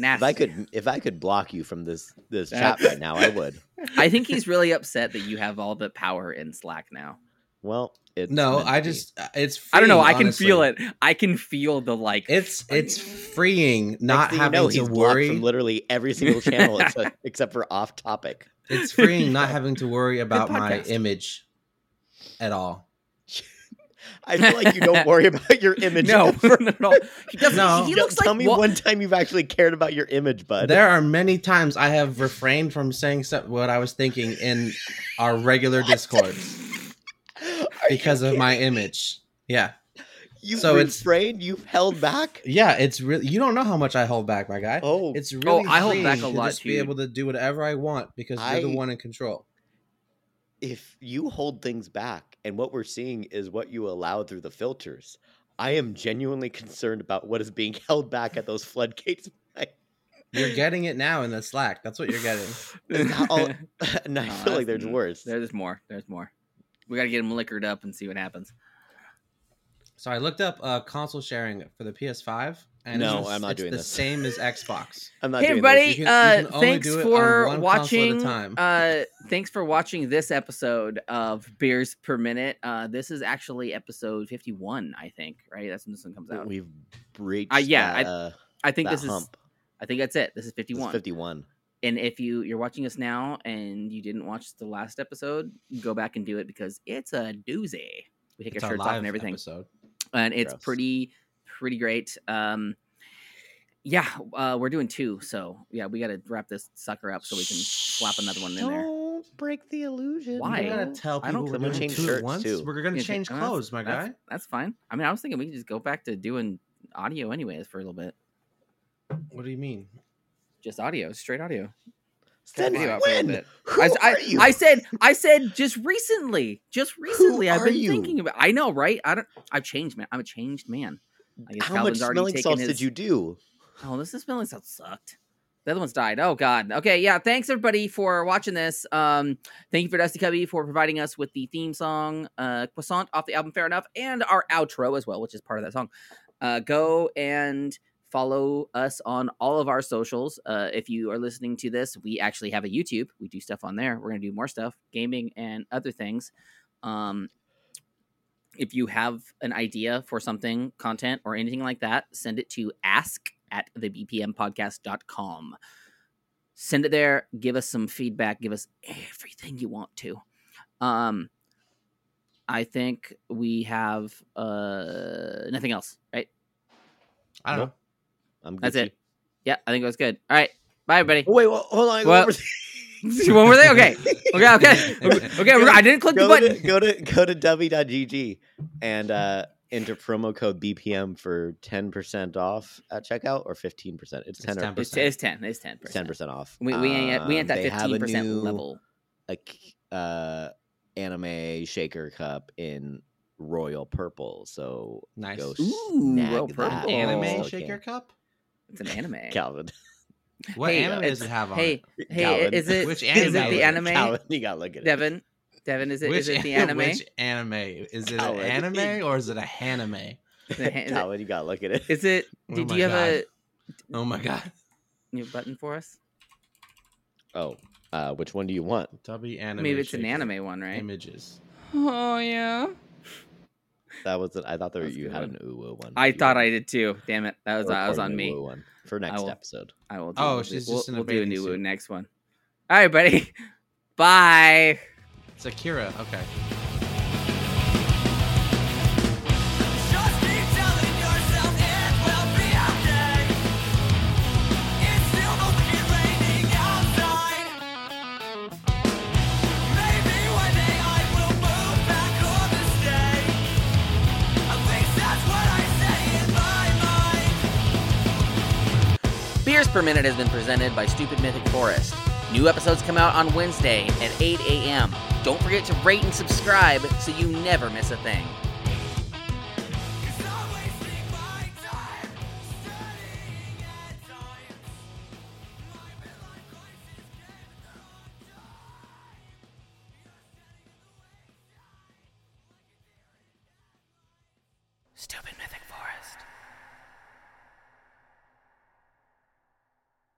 [SPEAKER 1] nasty.
[SPEAKER 3] I could if I could block you from this this
[SPEAKER 1] That-
[SPEAKER 3] chat right now, I would.
[SPEAKER 1] I think he's really upset that you have all the power in Slack now.
[SPEAKER 3] Well, it's
[SPEAKER 2] No,
[SPEAKER 3] meant
[SPEAKER 2] I
[SPEAKER 3] to be.
[SPEAKER 2] just uh, it's.
[SPEAKER 1] I don't know.
[SPEAKER 2] freeing,
[SPEAKER 1] I can feel
[SPEAKER 2] honestly.
[SPEAKER 1] it. I can feel the like.
[SPEAKER 2] It's it's freeing not
[SPEAKER 3] Next thing you
[SPEAKER 2] having
[SPEAKER 3] know,
[SPEAKER 2] to
[SPEAKER 3] he's blocked
[SPEAKER 2] worry.
[SPEAKER 3] from literally every single channel except, except for off topic.
[SPEAKER 2] It's freeing not having to worry about my
[SPEAKER 1] podcast.
[SPEAKER 2] image at all.
[SPEAKER 3] I feel like you don't worry about your image.
[SPEAKER 1] no,
[SPEAKER 3] ever.
[SPEAKER 1] no, no. He doesn't.
[SPEAKER 2] No.
[SPEAKER 1] He looks
[SPEAKER 3] Tell
[SPEAKER 1] like
[SPEAKER 3] me
[SPEAKER 1] Wa-
[SPEAKER 3] one time you've actually cared about your image, bud.
[SPEAKER 2] There are many times I have refrained from saying some, what I was thinking in our regular Discord
[SPEAKER 3] Are
[SPEAKER 2] because
[SPEAKER 3] you
[SPEAKER 2] of my image. Yeah,
[SPEAKER 3] you
[SPEAKER 2] so it's-
[SPEAKER 3] refrained, you've held back.
[SPEAKER 2] yeah. It's really you don't know how much I hold back, my guy.
[SPEAKER 3] Oh,
[SPEAKER 2] It's really
[SPEAKER 1] I hold
[SPEAKER 2] freeing
[SPEAKER 1] back a
[SPEAKER 2] to
[SPEAKER 1] lot,
[SPEAKER 2] just be
[SPEAKER 1] dude.
[SPEAKER 2] able to do whatever I want because you're
[SPEAKER 3] I-
[SPEAKER 2] the one in control.
[SPEAKER 3] if you hold things back, and what we're seeing is what you allow through the filters. I am genuinely concerned about what is being held back at those floodgates.
[SPEAKER 2] You're getting it now in the Slack. That's what you're getting.
[SPEAKER 3] It's not all- and I
[SPEAKER 1] No,
[SPEAKER 3] feel
[SPEAKER 1] that's-
[SPEAKER 3] like there's
[SPEAKER 1] mm,
[SPEAKER 3] worse.
[SPEAKER 1] There's more. There's more. We gotta get him liquored up and see what happens.
[SPEAKER 2] So I looked up uh, console sharing for the PS5. And
[SPEAKER 3] No,
[SPEAKER 2] it's,
[SPEAKER 3] I'm not
[SPEAKER 2] it's
[SPEAKER 3] doing
[SPEAKER 2] the
[SPEAKER 3] this.
[SPEAKER 2] same as Xbox.
[SPEAKER 3] I'm not
[SPEAKER 1] Hey
[SPEAKER 3] doing this.
[SPEAKER 1] everybody!
[SPEAKER 2] You can- you can
[SPEAKER 1] uh,
[SPEAKER 2] only
[SPEAKER 1] thanks
[SPEAKER 2] do it
[SPEAKER 1] for
[SPEAKER 2] on one console at a
[SPEAKER 1] watching.
[SPEAKER 2] time.
[SPEAKER 1] Uh, thanks for watching this episode of Beers Per Minute. Uh, this is actually episode 51, I think. Right? That's when this one comes out.
[SPEAKER 3] We've breached.
[SPEAKER 1] yeah, I
[SPEAKER 3] that, uh,
[SPEAKER 1] I think
[SPEAKER 3] that
[SPEAKER 1] this is.
[SPEAKER 3] hump.
[SPEAKER 1] I think that's it. This is
[SPEAKER 3] This is
[SPEAKER 1] 51.
[SPEAKER 3] 51.
[SPEAKER 1] And if you you're watching us now and you didn't watch the last episode, go back and do it because it's a doozy. We take
[SPEAKER 2] It's
[SPEAKER 1] our
[SPEAKER 2] our
[SPEAKER 1] shirts off
[SPEAKER 2] live
[SPEAKER 1] and everything.
[SPEAKER 2] episode.
[SPEAKER 1] and it's
[SPEAKER 3] Gross.
[SPEAKER 1] pretty pretty great um yeah uh we're doing two so yeah we gotta wrap this sucker up so we can slap another one in there
[SPEAKER 3] Don't break the illusion.
[SPEAKER 1] Why?
[SPEAKER 2] We're
[SPEAKER 1] I-
[SPEAKER 2] gonna tell
[SPEAKER 1] I don't
[SPEAKER 2] people
[SPEAKER 1] think I'm gonna
[SPEAKER 2] we're doing two
[SPEAKER 3] change
[SPEAKER 2] at
[SPEAKER 3] shirts,
[SPEAKER 2] once.
[SPEAKER 3] too.
[SPEAKER 2] We're gonna
[SPEAKER 1] Yeah,
[SPEAKER 2] change
[SPEAKER 1] that's-
[SPEAKER 2] clothes, my
[SPEAKER 1] that's,
[SPEAKER 2] guy.
[SPEAKER 1] that's fine i mean i was thinking we could just go back to doing audio anyways for a little bit
[SPEAKER 2] What do you mean?
[SPEAKER 1] just audio straight audio
[SPEAKER 3] Then
[SPEAKER 1] Video out for a little
[SPEAKER 3] when?
[SPEAKER 1] bit.
[SPEAKER 3] Who
[SPEAKER 1] I, I,
[SPEAKER 3] are you?
[SPEAKER 1] I said i said just recently just recently i've
[SPEAKER 3] are
[SPEAKER 1] been
[SPEAKER 3] you?
[SPEAKER 1] thinking about i know right i don't i've changed man i'm a changed man I guess
[SPEAKER 3] How much
[SPEAKER 1] Calvin's already
[SPEAKER 3] smelling
[SPEAKER 1] taken
[SPEAKER 3] salts
[SPEAKER 1] his-
[SPEAKER 3] did you do?
[SPEAKER 1] Oh, this is smelling so sucked. The other one's died. Oh God. Okay, yeah. Thanks everybody for watching this. Um, thank you for Dusty Cubby for providing us with the theme song, uh, Croissant off the album Fair Enough, and our outro as well, which is part of that song. Uh, go and follow us on all of our socials. Uh, if you are listening to this, we actually have a YouTube. We do stuff on there. We're gonna do more stuff, gaming and other things. Um, if you have an idea for something, content, or anything like that, send it to ask at the bpmpodcast.com. Send it there. Give us some feedback. Give us everything you want to. Um, I think we have uh, nothing else, right?
[SPEAKER 2] I don't
[SPEAKER 3] Nope. I'm
[SPEAKER 1] That's
[SPEAKER 3] Gucci.
[SPEAKER 1] it. Yeah, I think it was good. All right. Bye, everybody.
[SPEAKER 3] Oh, wait, well, hold on.
[SPEAKER 1] What?
[SPEAKER 3] What?
[SPEAKER 1] One more thing? Okay. Okay. Okay. Okay. I didn't click the
[SPEAKER 3] go,
[SPEAKER 1] button.
[SPEAKER 3] to, go to go to w.gg and uh, enter promo code BPM for ten percent off at checkout or fifteen percent. It's
[SPEAKER 2] It's
[SPEAKER 3] ten or
[SPEAKER 2] 10%.
[SPEAKER 1] It's, it's 10. It's 10%.
[SPEAKER 3] ten percent off.
[SPEAKER 1] We, we, ain't, at- we ain't
[SPEAKER 3] Um,
[SPEAKER 1] at
[SPEAKER 3] they
[SPEAKER 1] that
[SPEAKER 3] have a
[SPEAKER 1] 15%
[SPEAKER 3] new,
[SPEAKER 1] level.
[SPEAKER 3] Like uh, anime shaker cup in royal purple. So
[SPEAKER 2] Nice.
[SPEAKER 3] go
[SPEAKER 1] Ooh,
[SPEAKER 3] snag
[SPEAKER 1] royal
[SPEAKER 3] that.
[SPEAKER 1] purple.
[SPEAKER 2] Anime
[SPEAKER 1] Oh,
[SPEAKER 3] Okay.
[SPEAKER 2] shaker cup?
[SPEAKER 1] It's an anime.
[SPEAKER 3] Calvin.
[SPEAKER 2] What
[SPEAKER 1] Hey,
[SPEAKER 2] anime
[SPEAKER 1] it's-
[SPEAKER 2] does it have on
[SPEAKER 1] Hey,
[SPEAKER 2] it?
[SPEAKER 1] hey,
[SPEAKER 3] Calvin.
[SPEAKER 1] is it
[SPEAKER 2] Which
[SPEAKER 1] is it
[SPEAKER 2] anime?
[SPEAKER 1] the anime?
[SPEAKER 3] Calvin, you gotta look at it.
[SPEAKER 1] Devin, Devin, is it is it the
[SPEAKER 2] an-
[SPEAKER 1] anime?
[SPEAKER 2] Which anime? Is it an
[SPEAKER 3] Coward.
[SPEAKER 2] anime or is it a hanime?
[SPEAKER 1] The ha- is it-
[SPEAKER 3] Calvin, you gotta look at it.
[SPEAKER 1] Is it?
[SPEAKER 2] Oh
[SPEAKER 1] Did
[SPEAKER 2] my
[SPEAKER 1] you have a?
[SPEAKER 2] Oh my god.
[SPEAKER 1] New button for us?
[SPEAKER 3] Oh, uh, which one do you want?
[SPEAKER 2] Dubby anime.
[SPEAKER 1] Maybe it's an
[SPEAKER 2] shaker.
[SPEAKER 1] anime one, right?
[SPEAKER 2] Images.
[SPEAKER 1] Oh yeah.
[SPEAKER 3] That was it. I thought that
[SPEAKER 1] That's a
[SPEAKER 3] you
[SPEAKER 1] good
[SPEAKER 3] had
[SPEAKER 1] one.
[SPEAKER 3] an uwu one.
[SPEAKER 1] I
[SPEAKER 3] You
[SPEAKER 1] thought
[SPEAKER 3] want
[SPEAKER 1] I did too. Damn it. That was
[SPEAKER 3] to
[SPEAKER 1] that was
[SPEAKER 3] record
[SPEAKER 1] on
[SPEAKER 3] an
[SPEAKER 1] me.
[SPEAKER 3] uwu one for
[SPEAKER 1] I
[SPEAKER 3] next
[SPEAKER 1] will-
[SPEAKER 3] episode.
[SPEAKER 1] I will do
[SPEAKER 2] Oh,
[SPEAKER 1] we'll
[SPEAKER 2] she's
[SPEAKER 1] do, we'll,
[SPEAKER 2] just in a
[SPEAKER 1] we'll do a
[SPEAKER 2] bathing
[SPEAKER 1] new
[SPEAKER 2] suit.
[SPEAKER 1] next one. All right, buddy. Bye.
[SPEAKER 2] It's Akira. Okay.
[SPEAKER 5] Just keep telling yourself it will be okay. It's still fucking raining outside. Maybe one day I will move back home and stay. At least that's what I say in my mind.
[SPEAKER 6] Beers Per Minute has been presented by Stupid Mythic Forest. New episodes come out on Wednesday at 8 a.m. Don't forget to rate and subscribe so you never miss a thing.
[SPEAKER 5] It's not wasting my time studying at times. My midlife crisis came to a time.
[SPEAKER 6] Stupid